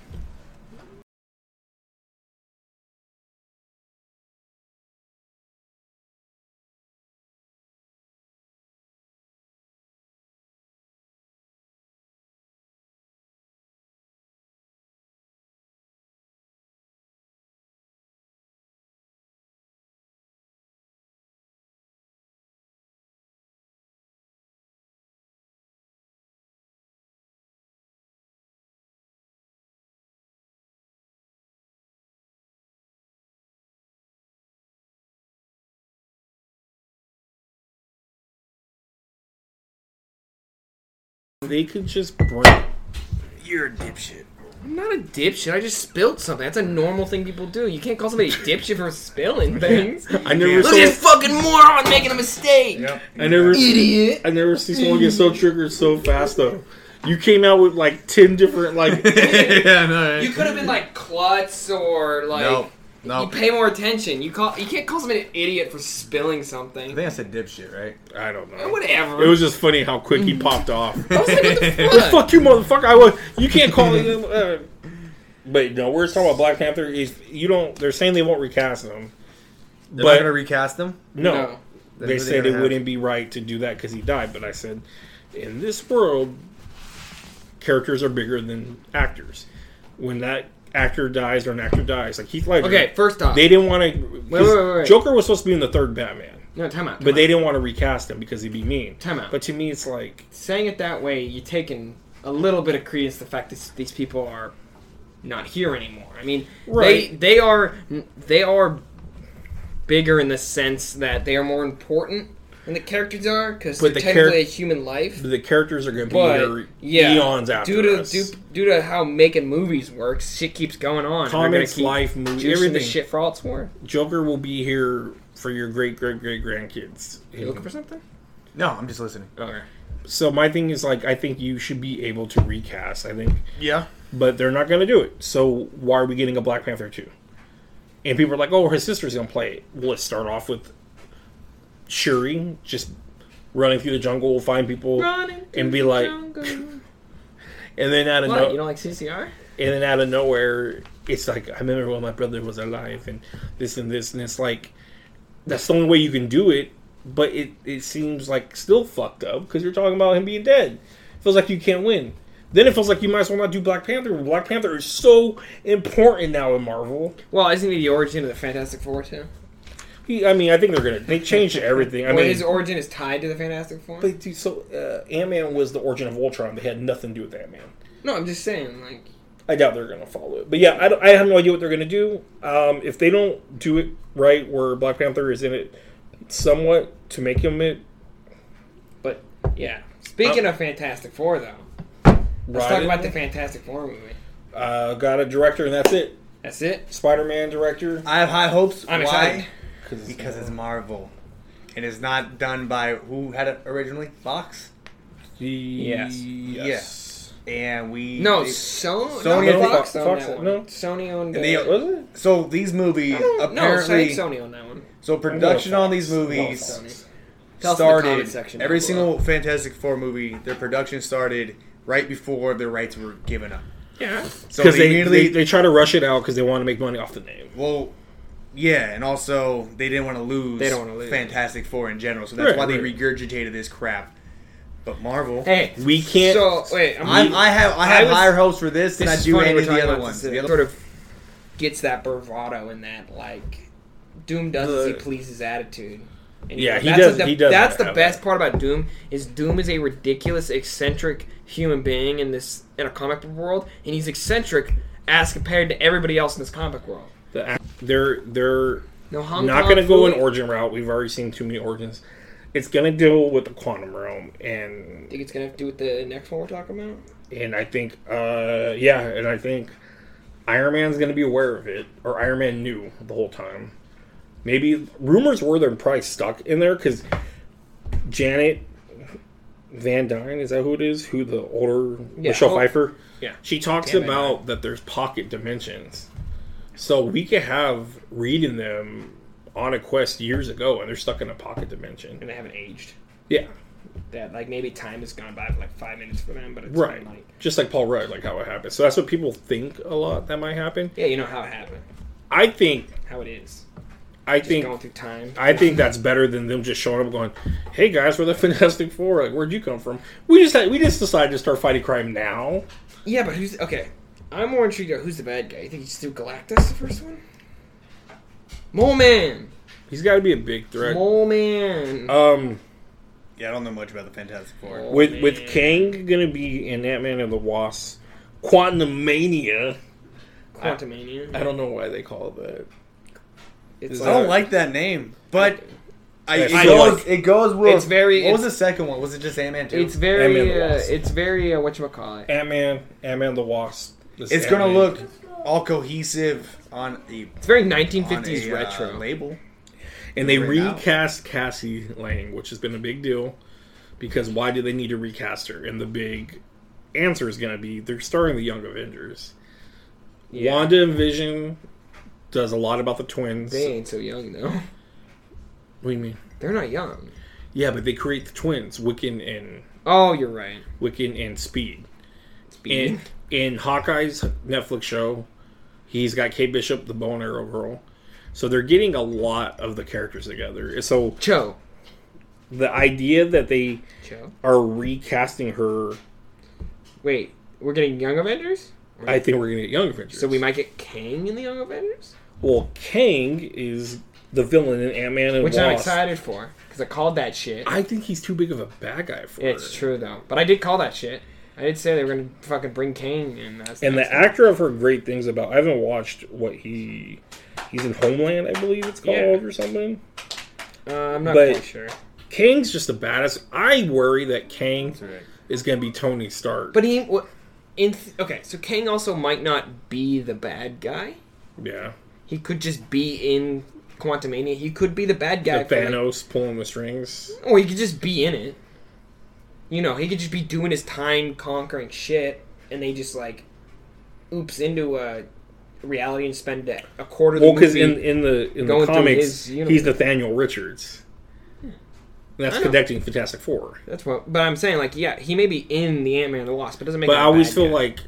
S1: They could just bring.
S2: You're a dipshit.
S3: I'm not a dipshit. I just spilled something. That's a normal thing people do. You can't call somebody a dipshit for spilling things. Look
S1: I never
S2: Look
S3: at this
S1: saw.
S3: fucking moron making a mistake.
S1: I never.
S3: Idiot.
S1: I never see someone get so triggered so fast though. You came out with like ten different like.
S2: yeah, no.
S3: You could have been like klutz or like.
S2: No. No.
S3: You pay more attention. You call. You can't call someone an idiot for spilling
S2: I
S3: something.
S2: think I said dipshit, right?
S1: I don't know.
S3: Whatever.
S1: It was just funny how quick he popped off.
S3: I was like, what the
S1: Well, fuck you, motherfucker! I was. You can't call him. Uh, but no, we're talking about Black Panther. If you don't, they're saying they won't recast him.
S2: They're
S1: But-
S2: not gonna recast them.
S1: No,
S3: No.
S2: That's
S1: they
S2: what
S1: said
S2: gonna
S1: it
S2: have.
S1: wouldn't be right to do that because he died. But I said, in this world, characters are bigger than actors. When that actor dies or an actor dies, like Heath Ledger,
S3: Okay, first off,
S1: they didn't want to.
S3: wait, wait.
S1: Joker was supposed to be in the third Batman,
S3: no time out. Time
S1: but
S3: out.
S1: they didn't want to recast him because he'd be mean.
S3: Time out.
S1: But to me, it's like
S3: saying it that way, you're taking a little bit of credence to the fact that these people are not here anymore. I mean,
S1: Right.
S3: they they are they are bigger in the sense that they are more important than the characters are because they're
S1: But the
S3: technically a
S1: charac-
S3: human life.
S1: the characters are going to be
S3: But
S1: here
S3: yeah,
S1: eons after
S3: due to
S1: us.
S3: Due, due to how making movies works, shit keeps going on. and they're gonna
S1: Comics,
S3: keep
S1: life, movie,
S3: juicing
S1: everything.
S3: this shit for all it's worth.
S1: Joker will be here for your great great great grandkids.
S3: You looking for something?
S2: No, I'm just listening.
S3: Okay.
S1: So my thing is like I think you should be able to recast. I think,
S2: Yeah.
S1: but they're not going to do it. So why are we getting a Black Panther two? And people are like, "Oh, his sister's going to play it." Well, let's start off with Shuri just running through the jungle, find people,
S3: Running
S1: and
S3: through
S1: be
S3: the
S1: like,
S3: jungle.
S1: and then out of
S3: what?
S1: no-
S3: You don't like CCR?
S1: and then out of nowhere, it's like I remember when my brother was alive, and this and this, and it's like that's the only way you can do it. But it it seems like still fucked up because you're talking about him being dead. feels like you can't win. Then it feels like you might as well not do Black Panther. Black Panther is so important now in Marvel.
S3: Well, isn't he the origin of the Fantastic Four too?
S1: He, I mean, I think they're gonna they changed everything. I
S3: well,
S1: mean,
S3: his origin is tied to the Fantastic Four.
S1: but dude, so uh, Ant Man was the origin of Ultron. They had nothing to do with Ant Man.
S3: no, I'm just saying, like,
S1: I doubt they're going to follow it. But yeah, I, don't- I have no idea what they're going to do. Um, if they don't do it right, where Black Panther is in it somewhat to make him it
S3: but yeah. Speaking of Fantastic Four, though, let's talk
S1: Oh. right,
S3: about the Fantastic Four movie.
S1: uh, got a director, and that's it.
S3: That's it.
S1: Spider Man director.
S2: I have high hopes.
S3: I'm
S2: Why?
S3: excited.
S2: Uh, Because it's Marvel, and it's not done by who had it originally. Fox.
S1: Yes.
S2: Yes. and we
S3: No,
S2: they-
S3: Sony,
S2: Sony
S3: no,
S2: and
S3: Fox,
S1: Fo-
S3: owned
S1: Fox-
S3: that one.
S1: no.
S3: Sony owned.
S2: And they-
S3: uh,
S1: Was it?
S2: so these movies
S3: no, sorry,
S2: apparently
S3: Sony owned that one.
S2: so production on these
S1: Fox.
S2: movies
S3: Sony. Tell us in the
S2: started
S3: comment section
S2: every
S3: down
S2: single Fantastic Four movie. Their production started right before their rights were given up.
S3: Yeah.
S2: So
S1: Because
S2: they
S1: they,
S2: immediately
S1: they, they try to rush it out because they want to make money off the name.
S2: well, yeah, and also they didn't want to lose.
S3: They don't wanna lose.
S2: Fantastic Four in general, so that's
S1: Right,
S2: why they
S1: right.
S2: regurgitated this crap. But Marvel,
S3: Hey,
S1: We can't.
S3: So wait, I'm,
S2: I, I have I have
S3: I was-
S2: higher hopes for this than I
S3: is
S2: do
S3: funny
S2: any
S3: we're
S2: of
S3: talking
S2: the other
S3: about
S2: ones.
S3: this.
S2: The
S3: It
S2: other-
S3: sort of gets that bravado and that like Doom does as he
S1: The-
S3: pleases attitude. And
S1: Yeah, he
S3: that's
S1: does-
S3: The,
S1: he does
S3: That's the
S1: have
S3: best
S1: that.
S3: part about Doom is Doom is a ridiculous, eccentric human being in this in a comic book world, and he's eccentric as compared to everybody else in this comic world.
S1: the- they're they're
S3: No, Hong
S1: not
S3: Kong
S1: going to go an
S3: food-
S1: origin route. We've already seen too many origins. It's going to deal with the quantum realm, and
S3: Think it's gonna have to do with the next one we're talking about?
S1: and I think uh yeah, and I think Iron Man's going to be aware of it, or Iron Man knew the whole time. Maybe rumors were they're probably stuck in there because Janet Van Dyne is that who it is? Who the older
S3: Yeah.
S1: Michelle
S3: Oh.
S1: Pfeiffer?
S3: Yeah.
S1: She talks
S3: Damn it,
S1: about that there's pocket dimensions. So we could have Reed and them on a quest years ago and they're stuck in a pocket dimension.
S3: And they haven't aged.
S1: Yeah.
S3: That like maybe time has gone by for like five minutes for them, but it's
S1: Right.
S3: been, like
S1: Just like Paul Rudd, like how it happened. So that's what people think a lot that might happen.
S3: yeah, you know how it happened,
S1: I think
S3: how it is.
S1: I
S3: Just
S1: think
S3: going through time.
S1: I think that's better than them just showing up and going, Hey guys, we're the Fantastic Four, like where'd you come from? We just had, we just decided to start fighting crime now.
S3: Yeah, but who's okay? I'm more intrigued about who's the bad guy. You think he's still Galactus, the first one? Mole Man,
S1: He's gotta be a big threat.
S3: Mole Man.
S1: Um
S2: yeah, I don't know much about the Fantastic Four.
S3: Oh,
S1: with
S3: man.
S1: with Kang gonna be in Ant Man and the Wasp, Quantum Mania.
S3: Quantumania.
S1: I don't know why they call it that.
S3: it's
S1: is
S2: I don't
S1: that-
S3: like,
S2: like that name, but I, it,
S1: I
S2: goes,
S1: like-
S2: it goes with.
S3: It's very-
S2: What was the
S3: it's-
S2: second one? Was it just Ant Man two? It's,
S3: it's
S1: Ant-Man
S3: very,
S1: and the
S3: uh,
S1: Wasp.
S3: it's very uh, what you call it.
S1: Ant Man, Ant Man the Wasp. This is
S2: gonna
S1: Ant-Man.
S2: look all cohesive on a
S3: It's very
S2: on
S3: 1950s
S2: a, uh,
S3: retro.
S2: label.
S1: and they
S2: right now.
S1: recast Cassie Lang, which has been a big deal. Because why do they need to recast her? And the big answer is gonna be they're starring the Young Avengers.
S3: Yeah.
S1: Wanda and Vision does a lot about the twins.
S3: They ain't so young though.
S1: What do you mean?
S3: They're not young.
S1: Yeah, but they create the twins, Wiccan and
S3: Oh, you're right.
S1: Wiccan and Speed.
S3: Speed.
S1: in in Hawkeye's Netflix show, he's got Kate Bishop, the bow and arrow girl. So they're getting a lot of the characters together. So
S3: Cho.
S1: the idea that they
S3: Cho.
S1: are recasting her,
S3: Wait, we're getting Young Avengers. We're
S1: I think we're gonna get Young Avengers.
S3: So we might get Kang in the Young Avengers,
S1: Well, Kang is the villain in Ant Man and
S3: which
S1: Wasp.
S3: I'm excited for because I called that shit.
S1: I think he's too big of a bad guy for her.
S3: It's true though, but I did call that shit. I did say they were gonna fucking bring Kang and that's
S1: And the
S3: that's-
S1: actor I've heard great things about. I haven't watched what he he's in Homeland, I believe it's called
S3: Yeah.
S1: or something.
S3: Uh, I'm not
S1: but-
S3: quite sure,
S1: Kang's just a badass. I worry that Kang
S2: right.
S1: is going to be Tony Stark.
S3: but he wa- in th- okay. So Kang also might not be the bad guy.
S1: yeah,
S3: He could just be in Quantumania. He could be the bad guy.
S1: the
S3: for, like-
S1: Thanos pulling the strings.
S3: or he could just be in it. You know, he could just be doing his time conquering shit, and they just like, oops, into a reality and spend a a quarter. Of the
S1: Well, because
S3: movie-
S1: in in the in
S3: Going
S1: the
S3: through
S1: comics,
S3: his universe.
S1: he's Nathaniel Richards. And
S3: I
S1: that's
S3: know.
S1: connecting Fantastic Four.
S3: That's what. But I'm saying, like, yeah, he may be in the Ant Man and the Wasp, but it doesn't make.
S1: But
S3: him
S1: I
S3: a
S1: always
S3: bad
S1: feel
S3: guy.
S1: like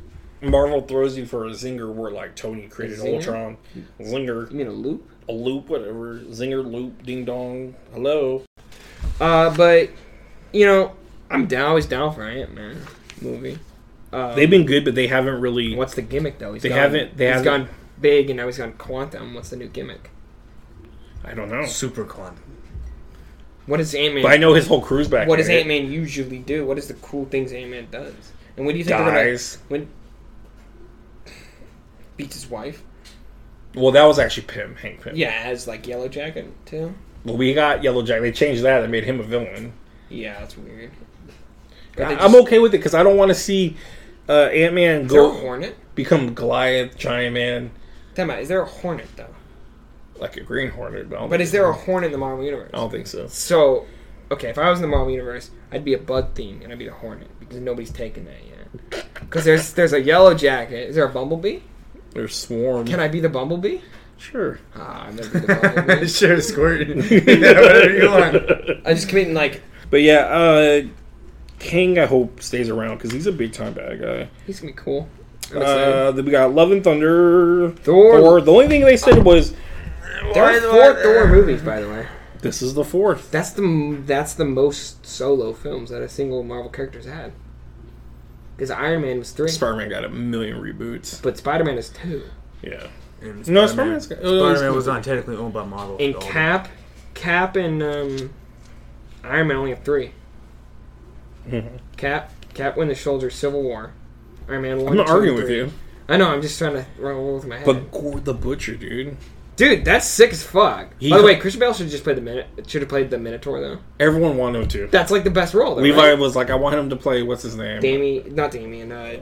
S1: Marvel throws you for a zinger where like Tony created
S3: zinger?
S1: Ultron, zinger,
S3: you mean a loop.
S1: a loop, whatever, zinger loop, ding dong, hello.
S3: Uh, but you know, I'm down, always down for Ant Man movie. Uh,
S1: They've been good, but they haven't really.
S3: what's the gimmick though? He's
S1: They
S3: gone-
S1: haven't- they
S3: he's
S1: haven't-
S3: gone big, and now he's gone quantum. What's the new gimmick?
S1: I don't know.
S2: Super quantum.
S3: What does Ant
S1: But I
S3: Man?
S1: know his whole crew's back.
S3: What does
S1: in it.
S3: Ant Man usually do? What is the cool things Ant Man does? And when do you think they're gonna
S1: Dies.
S3: when beats his wife?
S1: Well, that was actually Pym, Hank Pym.
S3: Yeah, as like Yellow Jacket too.
S1: Well, we got Yellow Jack. They changed that. They made him a villain.
S3: Yeah, that's weird. But
S1: I,
S3: they
S1: I'm
S3: just-
S1: okay with it because I don't want to see uh, Ant Man
S3: Is there a
S1: go
S3: hornet?
S1: become Goliath, Giant Man,
S3: Time out. Is there a hornet though?
S1: like a Green Hornet. But, I don't
S3: But
S1: think
S3: is there a
S1: so.
S3: hornet in the Marvel universe?
S1: I don't think so.
S3: So, okay, if I was in the Marvel universe, I'd be a bug theme and I'd be the Hornet because nobody's taken that yet. Because there's there's a yellow jacket. Is there a bumblebee?
S1: They're swarm.
S3: Can I be the bumblebee?
S1: Sure.
S3: Ah, I'm never the bumblebee.
S2: sure, squirt. yeah, whatever you want.
S3: I'm just committing like
S1: But yeah, uh, King I hope stays around because he's a big time bad guy.
S3: he's gonna be cool. I'm excited.
S1: Uh, then we got Love and Thunder,
S3: Thor.
S1: The only thing they said was
S3: there are four Thor movies, by the way.
S1: this is the fourth.
S3: That's the m- that's the most solo films that a single Marvel character's had. Because Iron Man was three,
S1: Spider Man got a million reboots.
S3: but Spider Man is two.
S1: Yeah.
S2: And
S1: No,
S2: Spider-Man-
S1: Spider-Man's got- oh,
S2: Spider-Man was not technically owned by Marvel.
S3: And
S2: so-
S3: Cap, Cap and um, Iron Man only have 3 Cap, Cap won the shoulder Civil War. Iron Man one.
S1: I'm not
S3: two, and
S1: arguing with
S3: three.
S1: you,
S3: I know. I'm just trying to roll with my head.
S1: but Gord the Butcher, dude.
S3: Dude, that's sick as fuck.
S2: He-
S3: By the way, Christian Bale should just play the minute. Should have played the Minotaur though.
S1: Everyone wanted him to.
S3: That's like the best role. Though,
S1: Levi
S3: Right?
S1: was like, I want him to play. What's his name?
S3: Damien, not Damien. Uh,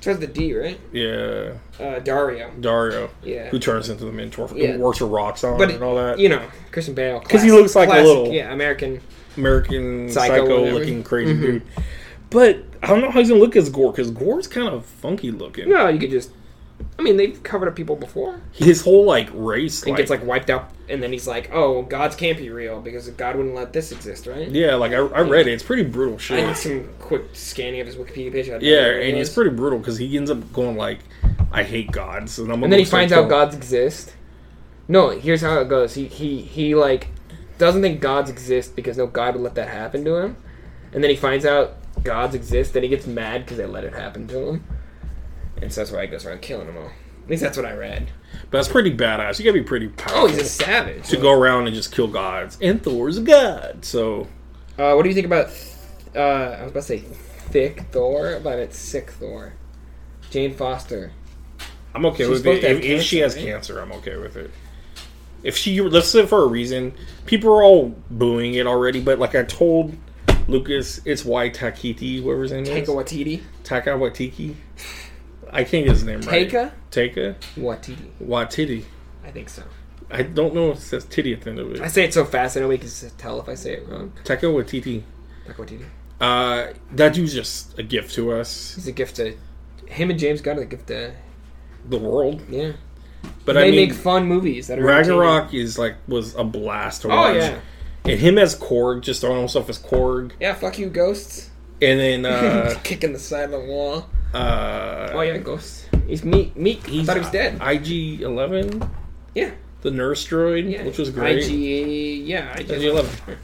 S3: starts with the D, right?
S1: Yeah,
S3: Uh, Dario.
S1: Dario,
S3: Yeah.
S1: who turns into the mentor, for,
S3: Yeah.
S1: works for Roxxon
S3: But
S1: and all that.
S3: you know, Christian Bale
S1: 'Cause he
S3: classic-
S1: looks like a
S3: classic,
S1: little-
S3: yeah American.
S1: American
S3: Psycho,
S1: psycho,
S3: whatever. Mm-hmm.
S1: looking crazy dude. But I don't know how he's gonna look as Gore because Gore's kind of funky looking.
S3: No, you could just. I mean, they've covered up people before.
S1: His whole like race,
S3: and
S1: like,
S3: gets like wiped out, and then he's like, "Oh, gods can't be real because God wouldn't let this exist, right?"
S1: yeah, like I, I read it. It's pretty brutal
S3: I
S1: shit.
S3: did some quick scanning of his Wikipedia page. I don't know
S1: yeah,
S3: where it
S1: and it's
S3: was.
S1: pretty brutal because he ends up going like, I hate gods, and, I'm
S3: And then he finds out gods exist. No, here's how it goes. He he he like doesn't think gods exist because no god would let that happen to him, and then he finds out gods exist. Then he gets mad because they let it happen to him, and so that's why he goes around killing them all. At least that's what I read.
S1: But that's pretty badass. You gotta be pretty
S3: Oh,
S1: powerful
S3: he's a savage.
S1: to go around and just kill gods. And Thor's a god, so
S3: Uh, what do you think about? Uh, I was about to say thick Thor, but it's sick Thor. Jane Foster.
S1: I'm okay
S3: She's
S1: with
S3: supposed
S1: it.
S3: to have
S1: If, if she has
S3: cancer, right?
S1: cancer, I'm okay with it. If she, let's say for a reason, people are all booing it already, but like I told Lucas, it's why Takiti, whoever's name
S3: Taika
S1: is,
S3: Waititi.
S1: Taka Watiki. I can't get his name right.
S3: Taika
S1: Taka
S3: Waititi.
S1: Watiti.
S3: I think so.
S1: I don't know if it says titty at the end of
S3: I
S1: it.
S3: say it so fast, I know we can s- tell if I say it wrong.
S1: Taka Watiti.
S3: Taika Waititi.
S1: Uh, that dude's just a gift to us,
S3: He's a gift to him and James Gunn. Are a gift to
S1: the world.
S3: yeah.
S1: But
S3: they
S1: I mean,
S3: make fun movies that are
S1: Ragnarok is like was a blast to
S3: entertaining.
S1: watch.
S3: Oh yeah,
S1: And him as Korg, just throwing himself as Korg.
S3: yeah. Fuck you, ghosts.
S1: And then uh,
S3: Kicking the side of the wall.
S1: uh,
S3: Oh yeah, ghosts. He's meek. Meek. I thought he was dead.
S1: IG Eleven,
S3: yeah.
S1: the nurse droid,
S3: Yeah.
S1: which was great.
S3: IG. Yeah. IG.
S1: IG Eleven,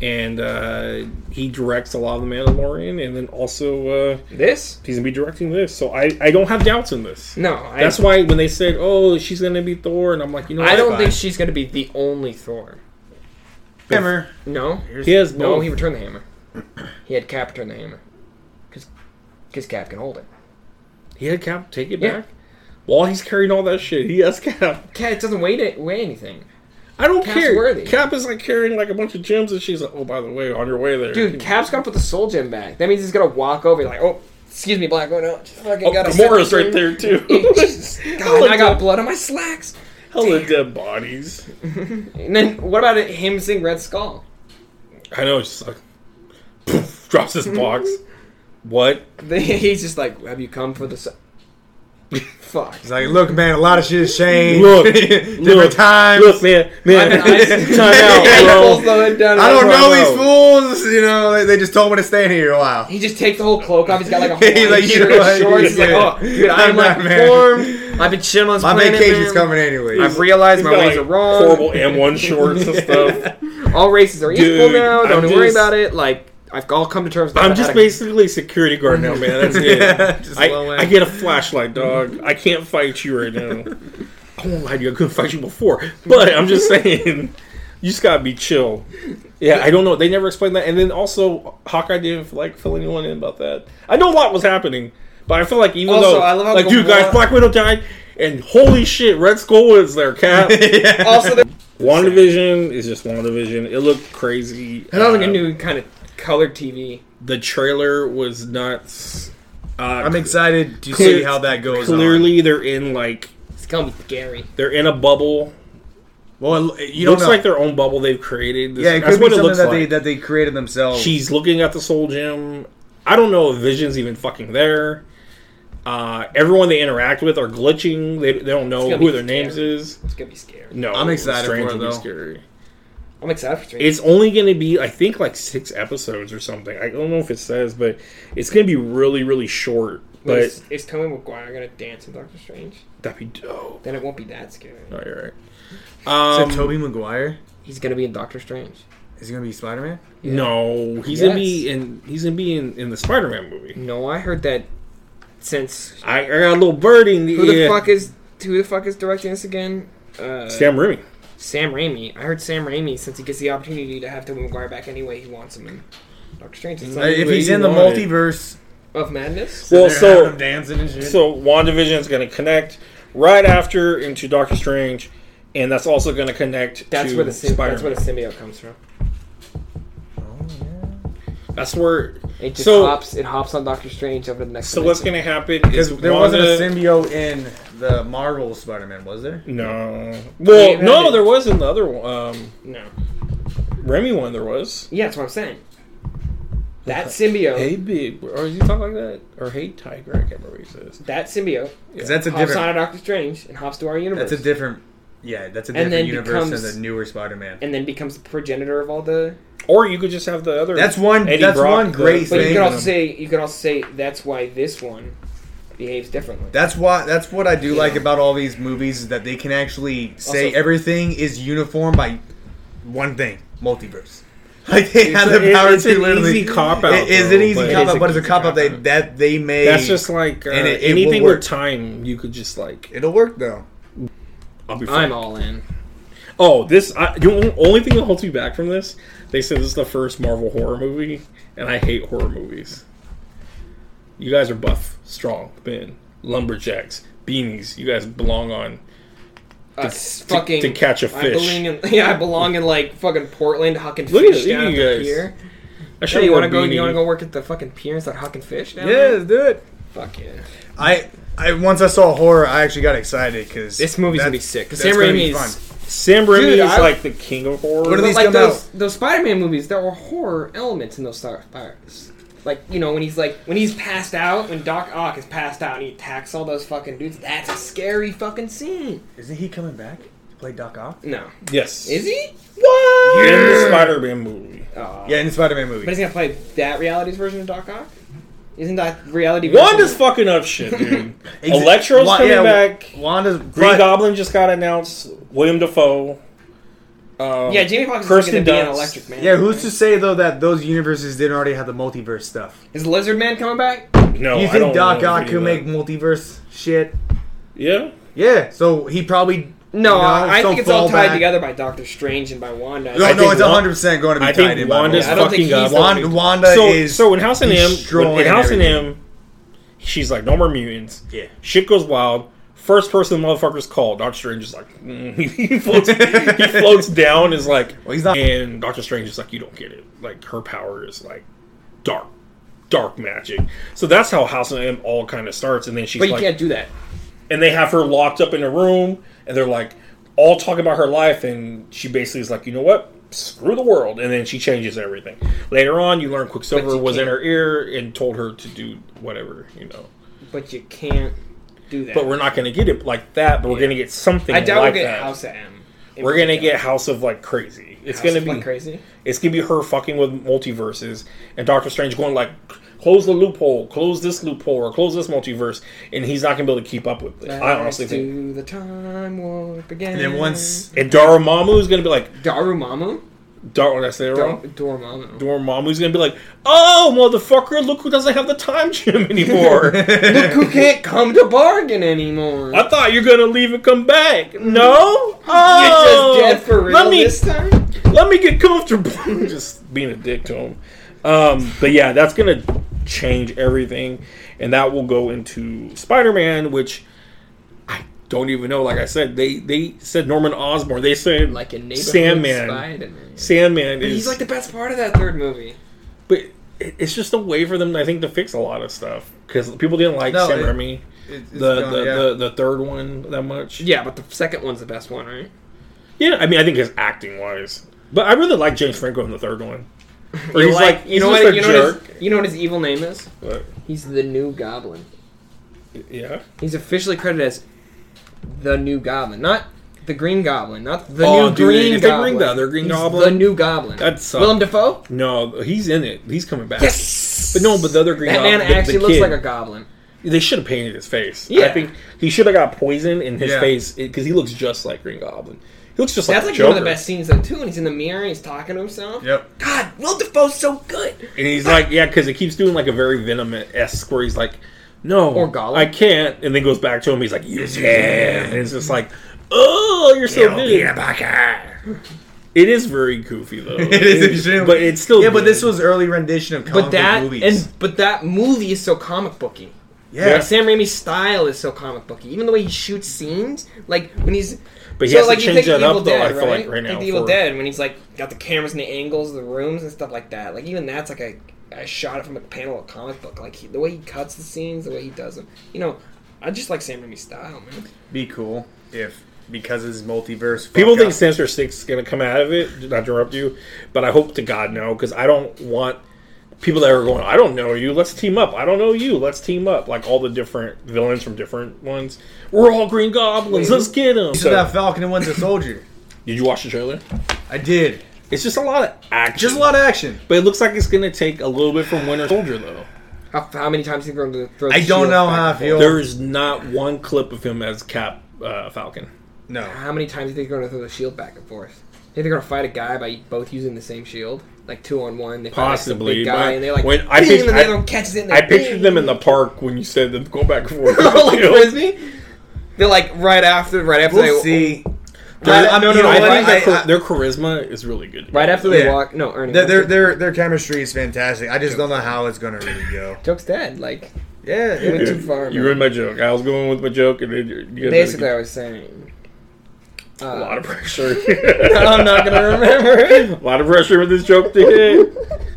S1: and uh, he directs a lot of the Mandalorian, and then also uh,
S3: This?
S1: he's gonna be directing this. So I, I don't have doubts in this.
S3: No. Mm, I,
S1: That's why when they said, "Oh, she's gonna be Thor," and I'm like, you know,
S3: I
S1: what?
S3: don't
S2: Bye.
S3: think she's going to be the only Thor.
S2: Hammer.
S3: No,
S1: He has
S3: no,
S1: both.
S3: he returned the hammer. He had Cap return the hammer, because Cap can hold it.
S1: He had Cap take it
S3: Yeah.
S1: back. While he's carrying all that shit, he has Cap.
S3: Cap doesn't weigh it weigh anything,
S1: I don't
S3: Cap's
S1: care.
S3: worthy.
S1: Cap is like carrying like a bunch of gems, and she's like, "Oh, by the way, on your way there,
S3: dude. Cap's gonna put the soul gem back. That means he's gonna walk over like, oh, excuse me, Black Widow. Just Fucking
S1: Oh,
S3: got a
S1: Gamora's
S3: second
S1: right there too.
S3: thing." God, I got blood on my slacks.
S1: Hello, dead bodies.
S3: And then what about it, him sing Red Skull?
S1: I know. It's just like, poof, drops his box. what?
S3: He's just like, have you come for the? Su-? Fuck.
S2: He's like, look, man, a lot of shit has changed.
S1: Look,
S2: different
S1: look,
S2: times.
S1: Look, man, man,
S3: I- I-
S1: time
S3: Pulls
S1: out,
S3: the
S1: bro.
S3: hood down
S2: I don't
S1: That's
S2: know
S1: what I
S2: these fools. You know, they, they just told me to stay in here a while.
S3: He just takes the whole cloak off. He's got like a
S2: He's
S3: Hawaiian
S2: like, you
S3: shirt
S2: know
S3: and
S2: what?
S3: shorts. He's like, oh, dude, I am
S2: I'm
S3: like
S2: not, man.
S3: warm. I've been chilling on this
S2: My
S3: planet,
S2: vacation's
S3: man.
S2: coming anyway.
S3: I've realized
S1: He's
S3: my
S1: got,
S3: ways
S1: like,
S3: are wrong.
S1: Horrible M1 shorts and stuff.
S3: All races are equal
S1: Dude,
S3: now. Don't
S1: I'm
S3: worry
S1: just-
S3: about it. Like, I've all come to terms. with
S1: I'm
S3: that.
S1: just
S3: I had a-
S1: basically a security guard now, man. That's it.
S2: Just
S1: I,
S2: low end.
S1: I get a flashlight, dog. I can't fight you right now. I won't lie to you. I couldn't fight you before, but I'm just saying, you just gotta be chill. Yeah, I don't know. They never explained that, and then also Hawkeye didn't like fill anyone in about that. I know a lot was happening, but I feel like even
S3: Also,
S1: though,
S3: I love how
S1: like, dude,
S3: Gamora-
S1: guys, Black Widow died, and holy shit, Red Skull was there. Cap,
S3: also. There-
S1: WandaVision is just WandaVision. It looked crazy.
S3: I don't think
S1: Uh,
S3: a new kind of colored TV.
S1: the trailer was nuts. Uh,
S2: I'm excited to
S1: Clear-
S2: see how that goes. on.
S1: clearly they're in like
S3: It's gonna be scary.
S1: they're in a bubble.
S2: Well, it- you
S1: It
S2: don't
S1: looks
S2: know.
S1: like their own bubble they've created. This-
S2: yeah, it
S1: that's
S2: could be
S1: what it
S2: something
S1: looks
S2: that
S1: like.
S2: they that they created themselves.
S1: She's looking at the soul gem. I don't know if Vision's even fucking there. Uh, everyone they interact with are glitching. They, they don't know
S3: gonna
S1: who
S3: be
S1: their names
S3: scary.
S1: is.
S3: It's gonna be scary.
S1: No,
S2: I'm excited
S1: Strange
S2: for it,
S1: will be
S2: though.
S1: scary.
S3: I'm excited for Stranger.
S1: It's only going to be, I think, like six episodes or something. I don't know if it says, but it's going to be really, really short.
S3: But
S1: But
S3: is, is Tobey Maguire gonna dance in Doctor Strange?
S1: that'd be dope.
S3: Then it won't be that scary.
S1: No, you're right.
S2: Oh, Is
S1: Um,
S2: that Toby Maguire?
S3: He's gonna be in Doctor Strange.
S2: Is he gonna be Spider Man?
S1: No, he's gonna be in. He's gonna be in, in the Spider-Man movie.
S3: No, I heard that since
S1: I, I got a little bird in the
S3: who the
S1: ear.
S3: fuck is who the fuck is directing this again? Uh,
S1: Sam Raimi.
S3: Sam Raimi. I heard Sam Raimi since he gets the opportunity to have Tobey Maguire back anyway, he wants him in Doctor Strange. It's like
S2: if
S1: what
S2: he's
S1: you
S2: in the
S1: wanted.
S2: multiverse,
S3: of madness.
S1: Well,
S2: they're
S1: so-
S2: having him dancing and shit.
S1: So WandaVision is going to connect right after into Doctor Strange, and that's also going to connect
S3: That's
S1: to
S3: where the symb-
S1: Spider-Man.
S3: that's where the symbiote comes from.
S2: Oh, yeah.
S1: That's where-
S3: It just
S1: So-
S3: hops. It hops on Doctor Strange over the next.
S1: So what's going
S3: dimension.
S1: to happen is
S2: Because there wasn't a
S1: Wanda-
S2: symbiote in the Marvel Spider Man, was there?
S1: No. Well,
S3: Yeah,
S1: no,
S3: that-
S1: there was in the other one. Um,
S3: No.
S1: Remy one there was.
S3: Yeah, that's what I'm saying. That symbiote.
S1: Hey, big, or is he talking like that? Or hey, tiger? I can't remember what he says.
S3: That symbiote
S2: Because that's a
S3: hops
S2: different.
S3: on to Doctor Strange and hops to our universe,
S2: that's a different. Yeah, that's a different
S3: And then
S2: universe
S3: becomes-
S2: than the newer Spider Man.
S3: and then becomes the progenitor of all the.
S1: Or you could just have the other.
S2: That's one.
S1: Eddie
S2: that's
S1: Brock,
S2: one
S1: the-
S2: great
S3: But you
S2: thing.
S3: could also
S1: them.
S3: say you could also say that's why this one behaves differently.
S2: That's why. That's what I do
S3: Yeah.
S2: like about all these movies is that they can actually say
S3: Also-
S2: everything is uniform by one thing: multiverse. Like they have
S1: It's a-
S2: the power
S1: it's
S2: to
S1: an
S2: literally.
S1: easy cop-out,
S2: It is
S1: though,
S2: an easy
S1: but-
S2: cop
S3: It is
S2: out,
S3: a
S2: but it's a
S3: easy
S2: cop out that
S3: cop-out.
S2: that they made.
S1: That's just like uh,
S2: And it- it
S1: anything
S2: will
S1: with
S2: work.
S1: time. You could just like.
S2: it'll work though.
S1: I'll be fine.
S3: I'm all in.
S1: Oh, this. I, the on- only thing that holds me back from this, they said this is the first Marvel horror movie, and I hate horror movies. You guys are buff, strong men, lumberjacks, beanies. You guys belong on
S3: Uh,
S1: to-
S3: fucking
S1: to catch a
S3: I
S1: fish.
S3: belong in, yeah, I belong in like fucking Portland hucking
S1: Look at-
S3: fish
S1: look at
S3: down at
S1: you
S3: the
S1: guys.
S3: pier.
S1: I
S3: Hey,
S1: should
S3: you want to go? You want to go work at the fucking pier and start hucking fish? Down there?
S2: do it.
S3: Fuck yeah.
S2: I, I once I saw horror, I actually got excited because
S3: This movie's gonna be sick. 'Cause Sam Raimi is-
S1: Sam Raimi
S3: Dude,
S1: is
S3: I-
S1: like the king of horror.
S2: What are
S3: But
S2: these
S3: like
S2: come
S3: those those Spider-Man movies, there were horror elements in those Star Fires. Like you know when he's like when he's passed out, when Doc Ock is passed out and he attacks all those fucking dudes. That's a scary fucking scene.
S2: Isn't he coming back to play Doc Ock?
S3: No,
S1: Yes.
S3: is he? What?
S1: In the
S2: Yeah.
S1: Spider-Man movie.
S3: Aw.
S2: Yeah, in the Spider-Man
S3: But
S2: movie.
S3: he's gonna play that reality's version of Doc Ock. Isn't that reality?
S1: Wanda's fucking up shit, dude. Electro's
S2: Wa-
S1: coming
S2: yeah,
S1: back.
S2: Wanda's
S1: Green
S2: but-
S1: Goblin just got announced. William Dafoe. Um,
S3: Yeah, Jamie Foxx is
S1: Kirsten
S3: gonna be an
S1: Dunst.
S3: electric man.
S2: Yeah, who's to say though that those universes didn't already have the multiverse stuff?
S3: is Lizard Man coming back?
S1: no,
S2: you
S1: Oh, I
S2: think
S1: don't
S2: Doc
S1: know if
S2: Ock
S1: he
S2: could
S1: would.
S2: make multiverse shit?
S1: Yeah.
S2: Yeah, so he probably
S3: No,
S2: you know,
S3: I, I
S2: some
S3: think it's all tied
S2: fallback.
S3: together by Doctor Strange and by Wanda.
S2: No,
S1: I
S2: no,
S1: think
S2: it's
S1: Wa-
S2: hundred percent going to be
S1: I
S2: tied
S1: think
S2: in by
S1: Wanda's
S3: I don't think
S1: fucking
S3: he's
S1: up.
S3: the-
S2: Wanda, Wanda
S1: so,
S2: is
S1: so in House and M,
S2: destroying
S1: in House and
S2: everything.
S1: M, she's like, no more mutants.
S2: Yeah.
S1: Shit goes wild. First person the motherfuckers called. Doctor Strange is like, mm. he floats, he floats down. Is like,
S2: Well, he's not-
S1: And Doctor Strange is like, you don't get it. Like her power is like dark, dark magic. So that's how House and M all kind of starts. And then she's
S3: But you
S1: like,
S3: can't do that.
S1: and they have her locked up in a room and they're like all talking about her life and she basically is like you know what screw the world and then she changes everything later on you learn
S3: But
S1: quicksilver
S3: you
S1: was in
S3: can't-
S1: her ear and told her to do whatever you know
S3: But you can't do that.
S1: but we're not going to get it like that but we're going to get something
S3: I doubt
S1: like
S3: we'll get
S1: that
S3: House of M.
S1: we're going to get house of like crazy it's going to be
S3: crazy.
S1: it's gonna be her fucking with multiverses and Doctor Strange going like, close the loophole, close this loophole, or close this multiverse, and he's not gonna be able to keep up with it. I honestly
S3: Let's
S1: think.
S3: do the time warp again.
S2: And then once
S1: And Dormammu is gonna be like,
S3: Darumamu,
S1: Dar- did I say it
S3: Dar-
S1: wrong?
S3: Dormammu.
S1: Dormammu's gonna be like, oh motherfucker, look who doesn't have the time gem anymore.
S3: Look who can't come to bargain anymore.
S1: I thought you're gonna leave and come back. No, oh,
S3: You're just dead for real
S1: Let me
S3: this time.
S1: let me get comfortable. Just being a dick to him. Um, but yeah, that's gonna change everything, and that will go into Spider-Man, which I don't even know. Like I said, they they said Norman Osborn. They said
S3: Like a neighborhood
S1: Sandman.
S3: Spider-Man.
S1: Sandman
S3: But
S1: is,
S3: he's like the best part of that third movie.
S1: but it- it's just a way for them, I think, to fix a lot of stuff because people didn't like
S2: No,
S1: Sam
S2: it-
S1: Raimi.
S2: it- it's
S1: Mm-hmm. The,
S2: gone,
S1: the,
S2: yeah.
S1: the the third one that much
S3: Yeah, but the second one's the best one, right?
S1: yeah I mean I think his acting wise but I really like James Franco in the third one Or
S3: You
S1: he's
S3: like,
S1: like-
S3: you
S1: he's
S3: know
S1: just
S3: what?
S1: a
S3: You know what,
S1: jerk.
S3: his, you know what his evil name is?
S1: But,
S3: He's the New Goblin.
S1: yeah.
S3: He's officially credited as the New Goblin, not the Green Goblin, not the
S1: Oh,
S3: New
S1: dude,
S3: Green
S1: if they bring
S3: Goblin.
S1: the other Green
S3: He's
S1: Goblin,
S3: the New Goblin.
S1: that'd suck.
S3: Willem Dafoe.
S1: No, he's in it. He's coming back. But no, but the other green
S3: That
S1: goblin,
S3: man
S1: the- the
S3: actually looks
S1: kid,
S3: like a goblin.
S1: They should have painted his face. I
S3: Yeah.
S1: think he should have got poison in his
S2: Yeah.
S1: face because he looks just like Green Goblin. He looks just
S3: That's
S1: like
S3: like
S1: the
S3: one of
S1: Joker.
S3: the best scenes though too. And he's in the mirror and he's talking to himself.
S2: Yep.
S3: God, Willem Dafoe's so good.
S1: And he's like, yeah, because it keeps doing like a very venom esque where he's like, no,
S3: Or Gollum.
S1: I can't, and then goes back to him. He's like, you can, and it's just like, oh, you're so good. It is very goofy though.
S2: It is extremely-
S1: but it's still
S2: yeah. But
S1: good.
S2: this was early rendition of comic
S3: But that
S2: book movies.
S3: and but that movie is so comic booky.
S2: yeah,
S3: Like, Sam Raimi's style is so comic booky. Even the way he shoots scenes, like when he's
S1: But he
S3: so,
S1: has to
S3: like, you
S1: change
S3: think
S1: that
S3: Evil
S1: up, though,
S3: Dead,
S1: I feel like, right now
S3: the Evil
S1: for-
S3: Dead when he's like got the cameras in the angles, of the rooms and stuff like that. Like even that's like a I shot it from a panel of comic book. Like he, the way he cuts the scenes, the way he does them. You know, I just like Sam Raimi's style, man.
S2: be cool if because of this multiverse. fuck
S1: People
S2: up.
S1: think Sinister Six is going to come out of it. Not to interrupt you, but I hope to God no, because I don't want people that are going. I don't know you. Let's team up. I don't know you. Let's team up. Like all the different villains from different ones. We're all Green Goblins. Let's get them.
S2: so that Falcon and one's a soldier.
S1: did you watch the trailer?
S2: I did.
S1: It's just a lot of action.
S2: Just a lot of action.
S1: but it looks like it's going to take a little bit from Winter Soldier though.
S3: How, how many times he's going to throw? the
S2: I don't
S3: shield
S2: know
S3: back
S2: how I
S3: and forth?
S2: feel.
S1: There is not one clip of him as Cap uh, Falcon.
S2: no.
S3: How many times do you think they're going to throw the shield back and forth? Think they're going to fight a gught by both using the same shield, like two on one. They fight, like, some
S1: Possibly,
S3: big guy,
S1: but
S3: and they like
S1: when I
S3: bing,
S1: pic-
S3: and then
S1: I-
S3: the other one catches it. And
S1: I
S3: they
S1: pictured
S3: bing.
S1: them in the park when you said them going back and forth.
S3: like
S1: You know?
S3: frisbee. They're like right after, right after
S2: We'll
S3: they
S2: see.
S1: Their-
S2: I- I-
S1: you
S2: you
S1: know,
S2: know
S1: I
S2: what?
S1: think
S2: I-
S1: their,
S2: I-
S1: their charisma is really good.
S3: right after they
S2: Yeah.
S3: walk. No, Ernie.
S2: Their,
S3: what's
S2: their
S3: it-
S2: their their chemistry is fantastic. I just don't know how it's gonna really go.
S3: joke's dead. Like
S2: Yeah,
S3: it went
S2: it-
S3: too far.
S1: You
S3: man.
S1: ruined my joke. I was going with my joke, and then you you guys
S3: Basically, I
S1: had
S3: was saying. Uh,
S1: to- a lot of pressure.
S3: I'm not gonna remember it.
S1: a lot of pressure with this joke to hit.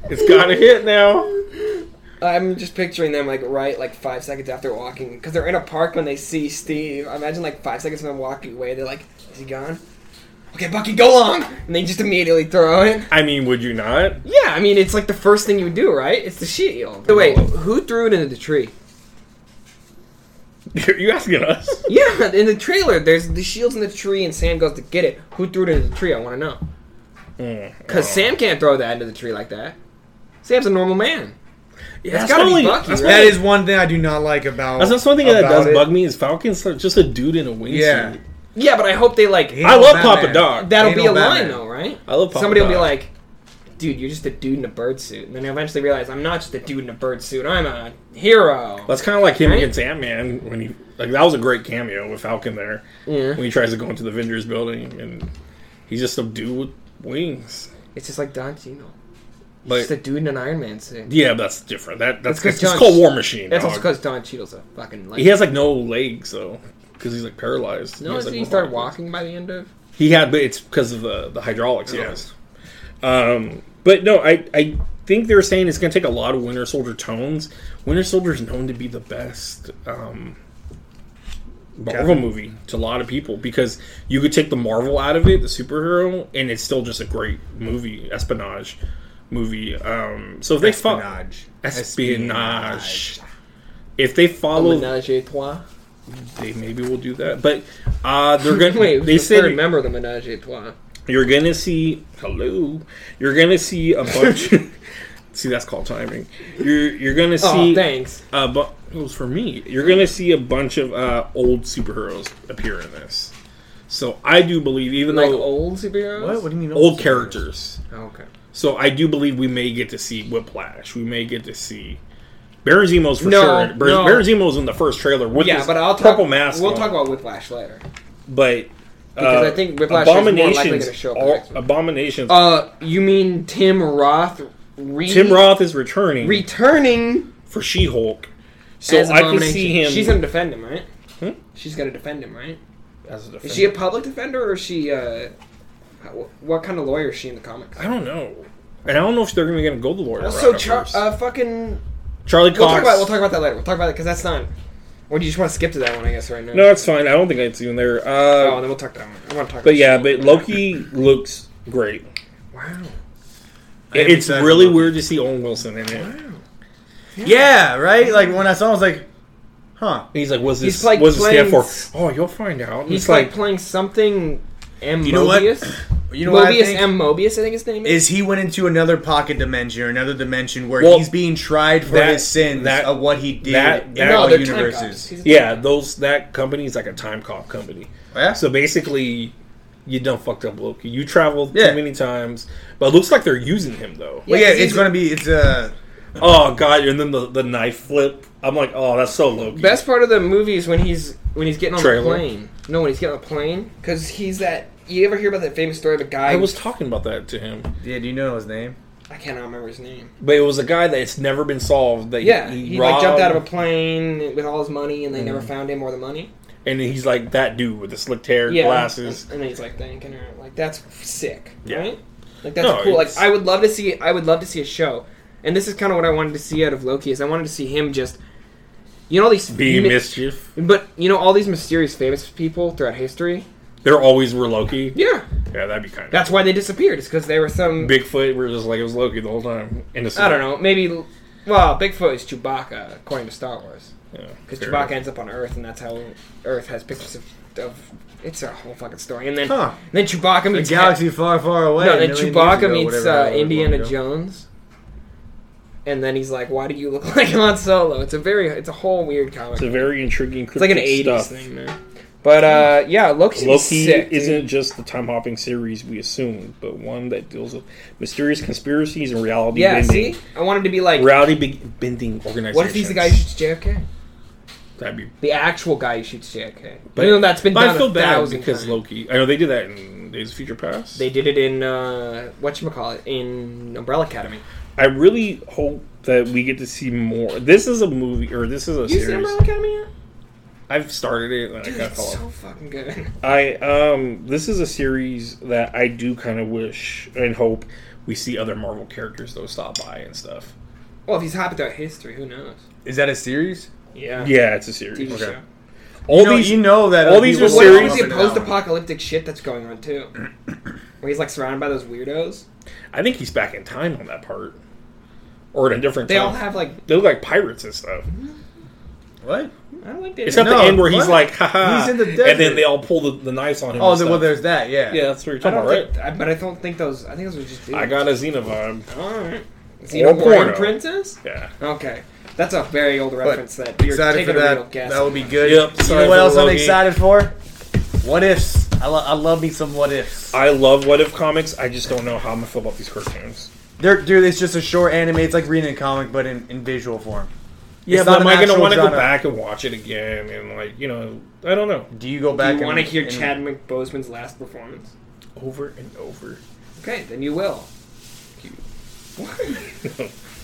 S1: It's got to hit now.
S3: I'm just picturing them like right like five seconds after walking because they're in a park when they see Steve. I imagine like five seconds from them walking away, they're like, "Is he gone?" Okay, Bucky, go long, and they just immediately throw it.
S1: I mean, would you not?
S3: Yeah, I mean it's like the first thing you would do, right? It's the shield. So wait, who threw it into the tree?
S1: You asking us?
S3: Yeah, in the trailer, there's the shield's in the tree, and Sam goes to get it. Who threw it into the tree? I want to know.
S1: Hmm.
S3: Because
S1: Oh.
S3: Sam can't throw that into the tree like that. Sam's a normal man.
S1: yeah,
S3: gotta be Bucky,
S1: That's,
S3: right?
S1: one-
S2: that is one thing I do not like about.
S1: that's one thing that
S2: about
S1: does
S2: it.
S1: bug me is Falcon's just a dude in a wingsuit.
S2: Yeah.
S3: Yeah, but I hope they like.
S2: He-
S1: I love
S2: Batman.
S1: Papa Dog.
S3: That'll
S2: Ain't
S3: be
S2: no
S3: a line
S2: Batman.
S3: though, right?
S1: I love Papa
S3: Somebody will be
S1: Doc.
S3: like, "Dude, you're just a dude in a bird suit," and then they eventually realize I'm not just a dude in a bird suit. I'm a hero.
S1: That's kind of like him
S3: Right?
S1: against Ant Man when he like that was a great cameo with Falcon there
S3: yeah,
S1: when he tries to go into the Avengers building and he's just a dude with wings.
S3: it's just like Don Cheadle.
S1: Like
S3: Just a dude in an Iron Man suit.
S1: Yeah, but that's different. That that's
S3: That's 'cause
S1: it's, it's
S3: John's-
S1: called War Machine.
S3: That's
S1: dog.
S3: also because Don Cheadle's a fucking like.
S1: he has like no legs though, because he's like paralyzed.
S3: no,
S1: has,
S3: he,
S1: like,
S3: he
S1: one
S3: started
S1: arm.
S3: walking by the end of.
S1: He had, but it's because of the the hydraulics.
S2: Yeah.
S1: Yes. Um, but no, I I think they're saying it's going to take a lot of Winter Soldier tones. Winter Soldier is known to be the best. Um, Marvel
S2: Captain-
S1: movie to a lot of people because you could take the Marvel out of it, the superhero, and it's still just a great movie, espionage movie. Um, so if they fuck
S2: Espionage.
S1: espionage. If they follow,
S3: Menage a trois.
S1: they maybe will do that. But uh, they're gonna.
S3: Wait,
S1: they
S3: they
S1: said
S3: third member of the Menage a trois.
S1: you're gonna see. Hello, you're gonna see a bunch. see, that's called timing. You're you're gonna
S3: Oh,
S1: see.
S3: thanks.
S1: Uh, but it was for me. You're gonna see a bunch of uh, old superheroes appear in this. So I do believe, even
S3: Like
S1: though
S3: old superheroes.
S2: What? What do you mean?
S1: old characters.
S3: Oh, okay.
S1: So I do believe we may get to see Whiplash. We may get to see Baron Zemo's for
S3: No,
S1: sure. Baron,
S3: no.
S1: Baron Zemo's in the first trailer with
S3: Yeah,
S1: his
S3: but I'll talk.
S1: purple mask.
S3: We'll
S1: on.
S3: talk about Whiplash later.
S1: but
S3: Because
S1: uh,
S3: I think Whiplash is more likely
S1: Abominations
S3: gonna show up
S1: are-
S3: next week.
S1: Abominations.
S3: Uh, you mean Tim Roth? Re-
S1: Tim Roth is returning
S3: returning
S1: for She-Hulk, so
S3: as
S1: I can
S3: Abomination.
S1: see him.
S3: She's gonna defend him, right?
S1: Hmm?
S3: She's gonna defend him, right?
S1: as a defender.
S3: Is she a public defender or is she? Uh, how- what kind of lawyer is she in the comics?
S1: I don't know, and I don't know if they're even going to go the lawyer.
S3: Also,
S1: route
S3: Char-
S1: at first.
S3: uh, fucking.
S1: Charlie Cox.
S3: We'll talk about we'll talk about that later. We'll talk about it because that's not. Or do you just want to skip to that one? I guess right now.
S1: no, it's fine. I don't think it's even there. Uh,
S3: Oh, and then we'll talk that one. I want to talk.
S1: but
S3: about
S1: yeah,
S3: She-Hulk.
S1: but Loki looks great.
S3: Wow.
S2: I am
S1: it's
S2: excited
S1: really
S2: about
S1: weird to see Owen Wilson in it. And
S2: Yeah, right. Like when I saw, it, I was like, "Huh."
S1: he's like, "What's
S3: He's
S1: this?
S3: like
S1: what's this stand for?"
S3: playing-
S1: Oh, you'll find out. And
S3: He's
S1: it's
S3: like,
S1: like,
S3: playing something. M.
S2: You know what?
S3: Mobius?
S2: You know what I
S3: Mobius
S2: think
S3: M. Mobius, I think his name is.
S2: is he went into another pocket dimension or another dimension where
S1: Well,
S2: he's being tried for
S1: that-
S2: his sins
S1: that-
S2: of what he did
S1: that-
S2: in
S1: that-
S2: all
S1: No, they're
S3: time
S2: universes.
S3: cops. He's a time
S1: yeah,
S3: cop.
S1: those that company is like a time cop company.
S2: Oh, Yeah.
S1: So basically, you done fucked up Loki. You traveled
S2: Yeah.
S1: too many times, but it looks like they're using him though.
S2: Well,
S3: Yeah,
S2: yeah,
S3: 'cause
S2: it's
S3: he's-
S2: gonna be it's uh
S1: Oh god, and then the, the knife flip. I'm like, oh, that's so Loki.
S3: Best part of the movie is when he's when he's getting on the
S1: Trailer.
S3: plane. No, when he's getting on the plane because he's that. You ever hear about that famous story of a guy?
S1: I was talking about that to him,
S2: yeah. Do you know his name?
S3: I cannot remember his name.
S1: but it was a guy that it's never been solved. That
S3: Yeah,
S1: he,
S3: he,
S1: he
S3: like jumped out of a
S1: robbed,
S3: plane with all his money, and they never found him or the money.
S1: and he's like that dude with the slicked hair,
S3: Yeah,
S1: glasses.
S3: and, and he's like thanking her. Like that's sick,
S1: Yeah.
S3: right? Like that's
S1: No,
S3: cool. Like
S1: it's-
S3: I would love to see. I would love to see a show, and this is kind of what I wanted to see out of Loki. Is I wanted to see him just, you know, all these
S1: Be
S3: mi-
S1: mischief.
S3: but you know all these mysterious famous people throughout history.
S1: There always were Loki.
S3: Yeah,
S1: Yeah, that'd be kind of.
S3: that's why they disappeared. It's because they were some
S1: Bigfoot, we're just like it was Loki the whole time. Innocent.
S3: I don't know. Maybe. Well, Bigfoot is Chewbacca, according to Star Wars, because
S1: fair
S3: Chewbacca
S1: enough.
S3: ends up on Earth, and that's how Earth has pictures of. of it's a whole fucking story, and then
S2: Huh.
S3: and then Chewbacca
S2: A
S3: meets
S2: galaxy far, far away.
S3: No,
S2: a
S3: then
S2: million years
S3: Chewbacca
S2: ago,
S3: meets
S2: whatever,
S3: uh,
S2: however long
S3: Indiana
S2: ago.
S3: Jones, and then he's like, "Why do you look like Han Solo?" It's a very, it's a whole weird comic.
S1: It's a
S3: It's,
S1: very intriguing.
S3: like an
S1: cryptic
S3: '80s
S1: stuff.
S3: thing, man. But uh, yeah, Loki's gonna be
S1: Loki
S3: sick, dude.
S1: isn't just the time hopping series we assumed, but one that deals with mysterious conspiracies and reality
S3: Yeah,
S1: bending.
S3: see, I wanted to be like,
S1: Reality be- bending organizations.
S3: what if he's the guy who shoots JFK?
S1: That'd be.
S3: The actual guy who shoots JFK.
S1: But-
S3: you know that's been
S1: But
S3: done
S1: I feel
S3: a
S1: bad
S3: thousand
S1: because
S3: times.
S1: Loki. I know they did that in Days of Future Past.
S3: They did it in uh, what you call it in Umbrella Academy.
S1: I really hope that we get to see more. This is a movie, or this is a
S3: You seen
S1: series.
S3: Umbrella Academy yet?
S1: I've started it, and I got
S3: It's
S1: caught
S3: so fucking good.
S1: I um this is a series that I do kind of wish and hope we see other Marvel characters though stop by and stuff.
S3: Well, if he's hopped out history, who knows?
S2: Is that a series?
S3: Yeah.
S1: Yeah, it's a series.
S3: TV show.
S1: All
S2: You know,
S1: these
S2: you know that
S1: all
S2: other
S1: these
S2: people oh,
S1: are
S3: What
S2: love
S3: about
S1: series-
S2: it
S3: the
S2: now.
S3: post-apocalyptic shit that's going on too? Where he's like surrounded by those weirdos.
S1: I think he's back in time on that part. Or in a different
S3: They
S1: time.
S3: all have like
S1: they look like pirates and stuff.
S2: What?
S3: I don't like that.
S1: Except
S2: No,
S1: the end where he's
S2: what?
S1: like, haha.
S2: He's in the
S1: And
S2: desert.
S1: then they all pull the, the knives on him.
S2: Oh,
S1: and
S2: the,
S1: stuff.
S2: well, there's that. Yeah.
S1: Yeah, that's what you're
S3: I
S1: talking
S3: don't
S1: about, right?
S3: think, I- but I don't think those. I think those are just. Dudes.
S1: I got a Xena vibe.
S3: All right. Is
S1: Or
S3: porn
S1: porno.
S3: princess?
S1: Yeah.
S3: Okay, that's a very old reference that you're
S2: excited for
S3: taking a real
S2: that.
S3: guess.
S2: That would be good.
S1: Yep,
S2: You
S1: sorry
S2: know what
S1: for
S2: else I'm
S1: Loki.
S2: excited for? What ifs? I, lo- I love me some what ifs.
S1: I love what if comics. I just don't know how I'm gonna feel about these cartoons.
S2: They're, dude, it's just a short anime. It's like reading a comic, but in, in visual form.
S1: Yeah,
S2: It's
S1: but
S2: not
S1: am
S2: an
S1: I gonna
S2: actual
S1: want to go
S2: genre.
S1: back and watch it again? And like, you know, I don't know.
S2: Do you go
S3: Do
S2: back?
S3: you want to
S2: and-
S3: hear
S2: and-
S3: Chad McBoseman's last performance?
S1: Over and over.
S3: Okay, then you will.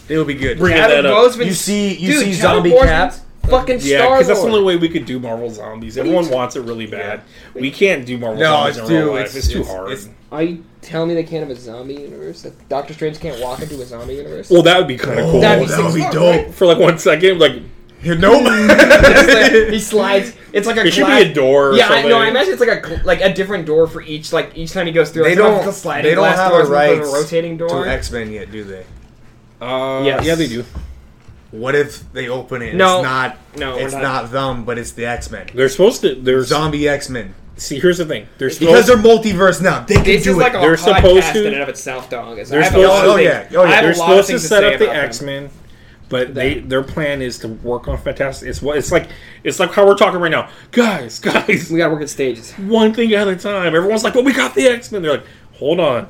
S2: They would be good.
S1: Bring
S3: Chad
S1: that up.
S3: Boseman's-
S2: You see, you
S3: Dude,
S2: see zombie
S3: Chadwick Boseman's
S2: cap.
S3: Fucking
S1: Yeah,
S3: Star
S1: because that's the only
S3: Lord.
S1: way we could do Marvel Zombies.
S3: are you
S1: Everyone
S3: t-
S1: wants it really bad. We can't do Marvel
S2: No,
S1: Zombies
S2: it's
S1: in real
S2: too-
S1: life.
S2: it's-
S1: It's, too
S2: it's-
S1: hard.
S2: it's-
S3: Are you telling me they can't have a zombie universe? That Doctor Strange can't walk into a zombie universe?
S1: well, that would be kind of cool.
S3: That'd be
S2: that would
S3: six
S2: Oh, be
S3: bucks,
S2: dope.
S1: For like one second, like
S3: It's like-
S2: Nope.
S3: he slides. It's like a.
S1: it should
S3: glass-
S1: be a door. Or
S3: Yeah, I
S1: something.
S3: know. I imagine it's like a cl- like a different door for each. Like each time he goes through,
S2: They
S3: it's not
S2: don't-
S3: like a sliding
S2: they don't
S3: glass
S2: have
S3: door,
S2: the
S3: it's like a
S2: rights
S3: rotating door.
S2: to X Men yet? Do they?
S1: Uh,
S3: Yes.
S1: Yeah, they do.
S2: What if they open it? and
S3: No.
S2: it's not.
S3: No, we're
S2: it's
S3: not.
S2: not. them, but it's the X Men.
S1: They're supposed to. They're
S2: Zombie X Men.
S1: see. Here's the thing. They're
S2: Because
S1: supposed.
S2: they're multiverse now. They can
S3: This
S2: do
S3: is
S2: it.
S3: like a
S1: They're
S3: podcast
S1: supposed to-
S3: in and of itself, dog.
S1: They're
S3: I have a
S1: supposed
S3: lot
S1: to-
S3: of
S1: oh,
S3: things-
S2: yeah, oh,
S3: I
S2: yeah.
S1: they're
S3: have a lot of
S1: supposed to
S3: things
S1: set
S3: say
S1: up the
S3: about them.
S1: X Men. But they their plan is to work on Fantastic. It's what it's like. It's like how we're talking right now, guys. Guys,
S3: We gotta work in stages.
S1: one thing at a time. Everyone's like, "Well, we got the X Men." They're like, "Hold on."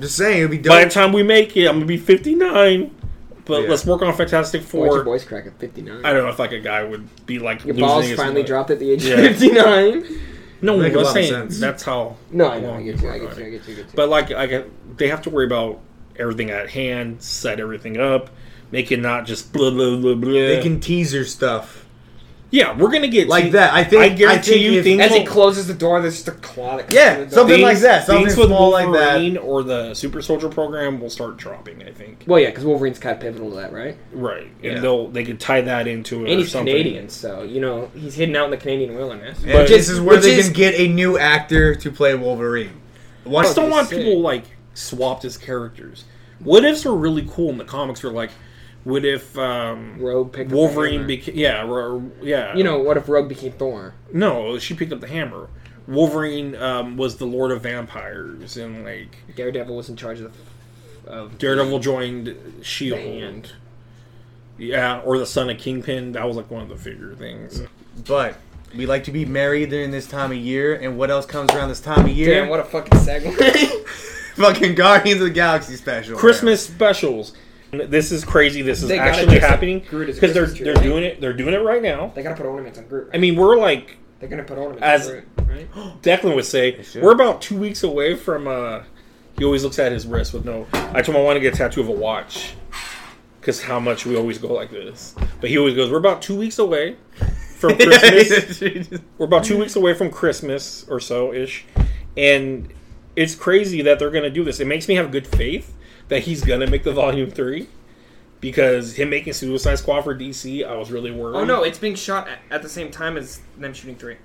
S2: Just saying, it'd be
S1: By
S2: dope.
S1: the time we make it, I'm gonna be 59. But
S2: Yeah.
S1: let's work on Fantastic
S3: What's your
S1: Four.
S3: voice crack at 59?
S1: I don't know if like a guy would be like
S3: Your
S1: losing
S3: balls
S1: his
S3: finally
S1: mind.
S3: dropped at the age
S1: Yeah.
S3: of 59?
S1: No,
S2: Make a
S1: I'm
S2: lot of
S1: saying
S2: sense.
S1: that's how.
S3: No, I know.
S1: long
S3: I get you. I
S1: people
S3: get
S1: are.
S3: you. I get you. I get you.
S1: But like, I get, they have to worry about everything at hand, set everything up, make it not just blah blah blah blah.
S2: They can teaser stuff
S1: yeah, we're gonna get
S2: like that. I think.
S1: I guarantee
S2: think
S1: you
S2: if-
S1: things
S3: As he
S1: Well-
S3: closes the door, there's just a claw that comes
S2: Yeah,
S3: through the door.
S2: something
S1: things-
S2: like that, something
S1: things with
S2: small like that.
S1: Wolverine or the Super Soldier program will start dropping. I think
S3: Well, yeah, because Wolverine's kind of pivotal to that, right?
S1: right, and
S2: Yeah.
S1: they'll they could tie that into it.
S3: And
S1: or
S3: he's
S1: something.
S3: Canadian, so, you know, he's hidden out in the Canadian wilderness.
S2: And
S1: But-
S2: this is where
S3: which
S2: they
S3: is-
S2: can get a new actor to play Wolverine.
S1: I
S2: Once
S1: just don't want
S3: sick.
S1: people like swapped as characters. What ifs were really cool in the comics. Were like, what if um,
S3: Rogue picked up the
S1: Wolverine
S3: hammer.
S1: became yeah, or, yeah,
S3: You know, what if Rogue became Thor?
S1: no, she picked up the hammer. Wolverine um, was the Lord of Vampires, and like
S3: Daredevil was in charge of the, of
S1: Daredevil joined Shield.
S3: Band.
S1: E Yeah, or the son of Kingpin. That was like one of the figure things.
S2: But we like to be merry during this time of year, and what else comes around this time of year?
S3: Damn, what a fucking segue.
S2: Fucking Guardians of the Galaxy special.
S1: Christmas specials. This is crazy. This is
S3: They gotta
S1: actually
S3: dress up
S1: happening
S3: Groot as a
S1: because they're
S3: Christmas tree,
S1: they're
S3: right?
S1: doing it. They're doing it right now.
S3: they gotta put ornaments on Groot. Right?
S1: I mean, we're like
S3: they're gonna put ornaments
S1: As-
S3: on Groot, right?
S1: Declan would say,
S2: should.
S1: we're about two weeks away from. uh He always looks at his wrist with no. I told him I want to get a tattoo of a watch, because how much we always go like this. But he always goes, "We're about two weeks away from Christmas.
S2: Christmas.
S1: we're about two weeks away from Christmas or so ish," and it's crazy that they're going to do this. It makes me have good faith that he's going to make the volume three. Because him making Suicide Squad for DC, I was really worried.
S3: Oh no, it's being shot at, at the same time as them shooting three.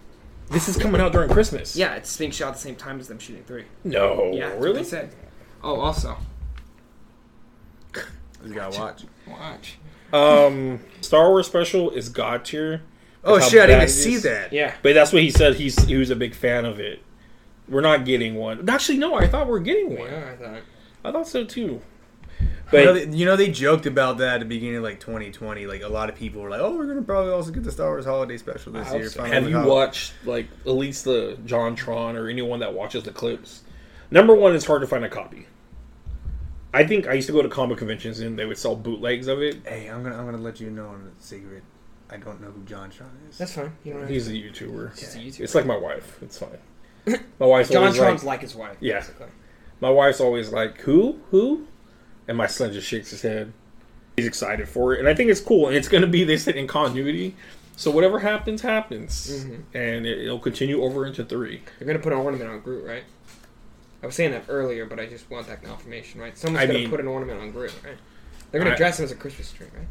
S1: This is coming out during Christmas.
S3: Yeah, it's being shot at the same time as them shooting three.
S1: No.
S3: Yeah, that's what
S1: really?
S3: they said. Oh, also,
S2: you gotta watch.
S3: watch.
S1: Um, Star Wars special is god tier.
S2: Oh
S1: How
S2: shit! I
S1: bad
S2: didn't
S1: it
S2: even see
S1: is.
S2: that.
S3: Yeah,
S1: But that's what he said. He's he was a big fan of it. We're not getting one. Actually, no. I thought we are getting one.
S3: yeah, I thought.
S1: I thought so too.
S2: You
S1: But
S2: know, they, you know they joked about that at the beginning of like 2020. Like a lot of people were like, "Oh, we're gonna probably also get the Star Wars holiday special this year." finally
S1: have you
S2: out."
S1: watched like at least the John Tron or anyone that watches the clips? Number one, it's hard to find a copy. I think I used to go to comic conventions and they would sell bootlegs of it.
S2: Hey, I'm gonna I'm gonna let you know on the secret. I don't know who John Sean is.
S3: That's fine. You don't
S1: He's a YouTuber.
S3: He's a YouTuber.
S1: It's like my wife. It's fine. My wife's
S3: John
S1: always like,
S3: Trump's like, his wife.
S1: Yeah.
S3: basically.
S1: My wife's always like, "Who? Who?" And my son just shakes his head. He's excited for it, and I think it's cool. And it's going to be this in continuity, so whatever happens, happens,
S3: Mm-hmm.
S1: and it, it'll continue over into three.
S3: They're gonna put an ornament on Groot, right? I was saying that earlier, but I just want that confirmation, right? Someone's
S1: I
S3: gonna
S1: mean-
S3: put an ornament on Groot, right? They're gonna
S1: I-
S3: dress him as a Christmas tree, right?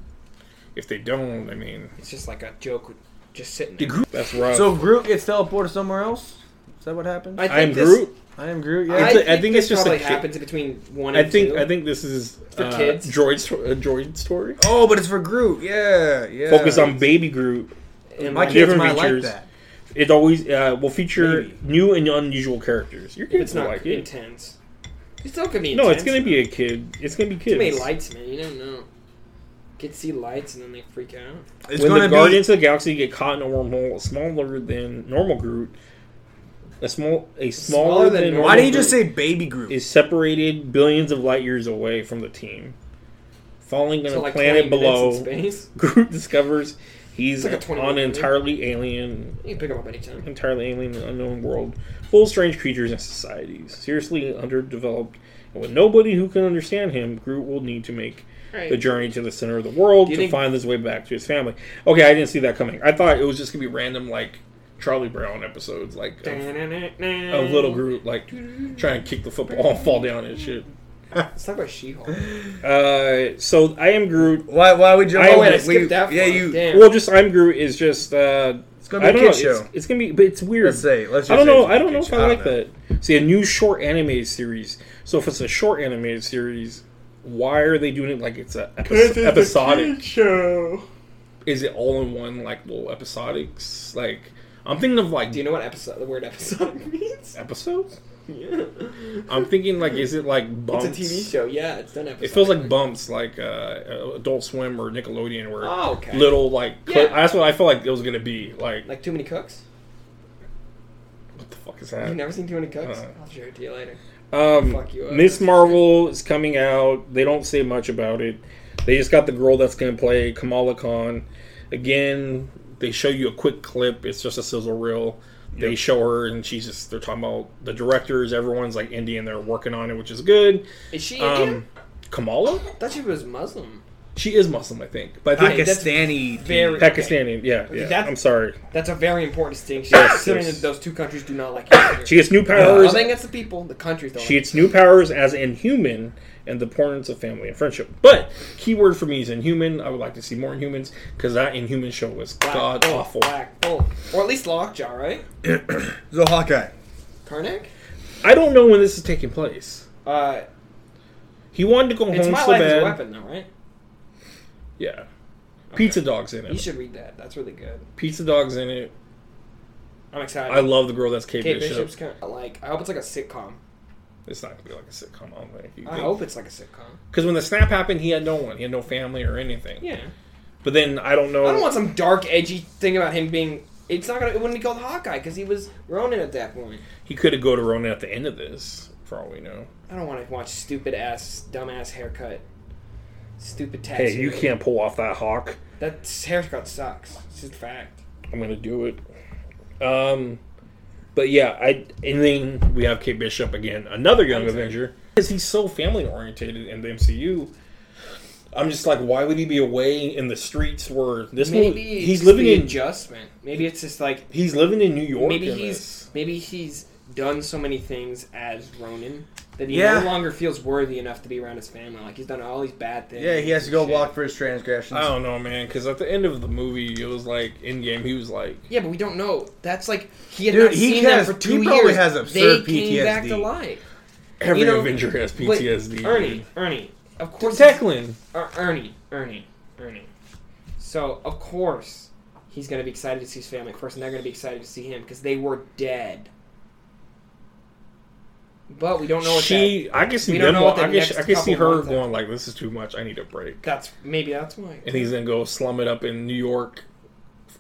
S1: If they don't, I mean,
S3: It's just like a joke, with- just sitting there.
S1: that's rough.
S2: So Groot gets teleported somewhere else. Is that what happened? I,
S1: I am
S3: this-
S1: Groot.
S2: am Groot. Yeah.
S3: I,
S1: It's a-
S3: think
S1: I think
S3: this
S1: it's just a
S3: probably
S1: kid-
S3: happens between one.
S1: I
S3: And
S1: think
S3: two.
S1: I think this is
S3: for
S1: uh,
S3: kids.
S1: Droid sto- a droid story.
S2: oh, but it's for Groot. Yeah, yeah.
S1: Focus on baby Groot.
S3: And
S2: my
S3: like,
S2: kids
S1: different
S2: might like
S1: features.
S2: that.
S1: It always uh, will feature
S2: Maybe.
S1: new and unusual characters. Your
S3: if
S1: kids
S3: it's not
S1: will like it.
S3: intense. It's still gonna be intense.
S1: No, it's gonna be a kid. It's gonna be
S3: Too
S1: kids.
S3: many lights, man. You don't know. Kids see lights and then they freak out.
S2: It's
S1: when
S2: gonna
S1: the
S2: be.
S1: Guardians of the Galaxy get caught in a wormhole smaller than normal Groot, a small a smaller,
S3: Smaller
S1: than,
S3: than
S1: normal
S2: why didn't you
S1: Groot
S2: just say baby Groot?
S1: is separated billions of light years away from the team, falling on
S3: So
S1: a
S3: like
S1: planet
S3: 20 minutes
S1: below.
S3: in space.
S1: Groot discovers he's
S3: It's like a 20
S1: on an
S3: minute
S1: entirely alien,
S3: You can pick 'em up anytime.
S1: entirely alien and unknown world, full of strange creatures and societies, seriously underdeveloped, and with nobody who can understand him, Groot will need to make
S3: Right.
S1: the journey to the center of the world to
S3: Do you think-
S1: find his way back to his family. Okay, I didn't see that coming. I thought it was just gonna be random like Charlie Brown episodes, like of, of little Groot, like trying to kick the football, fall down and shit.
S3: Let's talk about She-Hulk.
S1: Uh, so I am Groot.
S2: Why? Why would you?
S1: I-
S2: oh,
S1: wait, I
S2: wait,
S3: Skip that.
S2: Yeah,
S3: far.
S2: you.
S3: Damn.
S1: Well, just I'm Groot is just. Uh,
S2: It's gonna be a
S1: I
S2: kid
S1: don't know.
S2: show.
S1: It's, it's gonna be, but it's weird.
S2: Let's say. Let's just.
S1: I don't
S2: say
S1: know.
S2: it's
S1: I don't know
S2: a kid
S1: if I
S2: show.
S1: like
S2: don't know.
S1: that. See, a new short animated series. So if it's a short animated series, why are they doing it like it's a epi- episodic?
S3: show.
S1: Is it all in one like little episodics? Like I'm thinking of like
S3: Do you know what episode the word episode means?
S1: episodes.
S3: Yeah.
S1: I'm thinking like is it like
S3: It's
S1: bumps?
S3: a TV show. Yeah, it's done episode.
S1: It feels like bumps, like uh, Adult Swim or Nickelodeon, where
S3: Oh, okay.
S1: little like cli-
S3: Yeah.
S1: that's what I felt like it was gonna be. Like,
S3: like Too Many Cooks.
S1: what the fuck is
S3: You've
S1: that?
S3: never seen Too Many Cooks?
S1: Uh-uh.
S3: I'll show it to you later.
S1: Um,
S3: Fuck you up.
S1: Miss Marvel is coming out. They don't say much about it. They just got the girl that's going to play Kamala Khan. Again, they show you a quick clip. It's just a sizzle reel. They show her, and she's just, they're talking about the directors. Everyone's like Indian. They're working on it, which is good.
S3: Is she
S1: Um,
S3: Indian?
S1: Kamala?
S3: I thought she was Muslim.
S1: She is Muslim, I think. But I think
S3: Okay, that's
S2: Pakistani.
S3: very-
S1: Pakistani. Yeah, yeah.
S3: That's-
S1: I'm sorry.
S3: That's a very important distinction,
S1: Yes,
S3: considering
S1: yes.
S3: that those two countries do not like each other.
S1: She gets new
S3: I
S1: powers.
S3: think that's the people, the countries. Don't
S1: She
S3: like.
S1: gets new powers as inhuman and the importance of family and friendship. But key word for me is inhuman. I would like to see more inhumans because that inhuman show was
S3: Black
S1: god
S3: Bolt,
S1: awful.
S3: Black Bolt. or at least Lockjaw, right?
S2: So Hawkeye.
S3: Karnak.
S1: I don't know when this is taking place.
S3: Uh,
S1: He wanted to go
S3: It's
S1: home
S3: my
S1: so
S3: life as a
S1: bad.
S3: weapon, though, right?
S1: Yeah. Pizza Dog's in
S3: You
S1: it.
S3: should read that. That's really good.
S1: Pizza Dog's in it.
S3: I'm excited.
S1: I love the girl that's Kate,
S3: Kate
S1: Bishop.
S3: Bishop's kind of like. I hope it's like a sitcom.
S1: It's not gonna be like a sitcom. I don't think. You
S3: I hope it's like a sitcom.
S1: Because when the snap happened, he had no one. He had no family or anything.
S3: Yeah.
S1: But then I don't know.
S3: I don't want some dark, edgy thing about him being. It's not gonna. It wouldn't be called Hawkeye because he was Ronin at that point.
S1: He could have go to Ronin at the end of this, for all we know.
S3: I don't want to watch stupid ass, dumbass haircut, stupid tattoo.
S1: Hey, you can't pull off that hawk.
S3: That haircut sucks. It's just a fact.
S1: I'm gonna do it. Um, but yeah, I and then we have Kate Bishop again, another young Avenger, because he's so family orientated in the MCU. I'm just like, why would he be away in the streets where this
S3: Maybe
S1: movie?
S3: it's
S1: He's
S3: just
S1: living
S3: the
S1: in
S3: adjustment. Maybe it's just like
S1: he's living in New York.
S3: maybe
S1: in
S3: he's
S1: this.
S3: maybe he's done so many things as Ronin that he
S2: Yeah.
S3: no longer feels worthy enough to be around his family. Like he's done all these bad things.
S2: Yeah, he has to go
S3: and shit.
S2: walk for his transgressions.
S1: I don't know, man. Because at the end of the movie, it was like in game, he was like,
S3: Yeah, but we don't know. That's like he had
S2: Dude,
S3: not
S2: he
S3: seen them
S2: has-
S3: for
S2: he
S3: two
S2: probably
S3: years.
S2: has
S3: they
S2: absurd
S3: came back
S2: PTSD.
S3: to life.
S1: every
S3: You know-
S1: Avenger has
S3: Wait,
S1: PTSD.
S3: Ernie, Ernie, of course,
S1: Declan.
S3: Er- Ernie, Ernie, Ernie. So of course he's gonna be excited to see his family first, and they're gonna be excited to see him because they were dead. But we don't know what
S1: She, I can see
S3: We
S1: them.
S3: don't know what
S1: I
S3: the
S1: can, sh-
S3: next
S1: I can see
S3: couple
S1: her
S3: months are.
S1: going like, "This is too much. I need a break."
S3: that, that's. Maybe that's why.
S1: and he's gonna go slum it up in New York,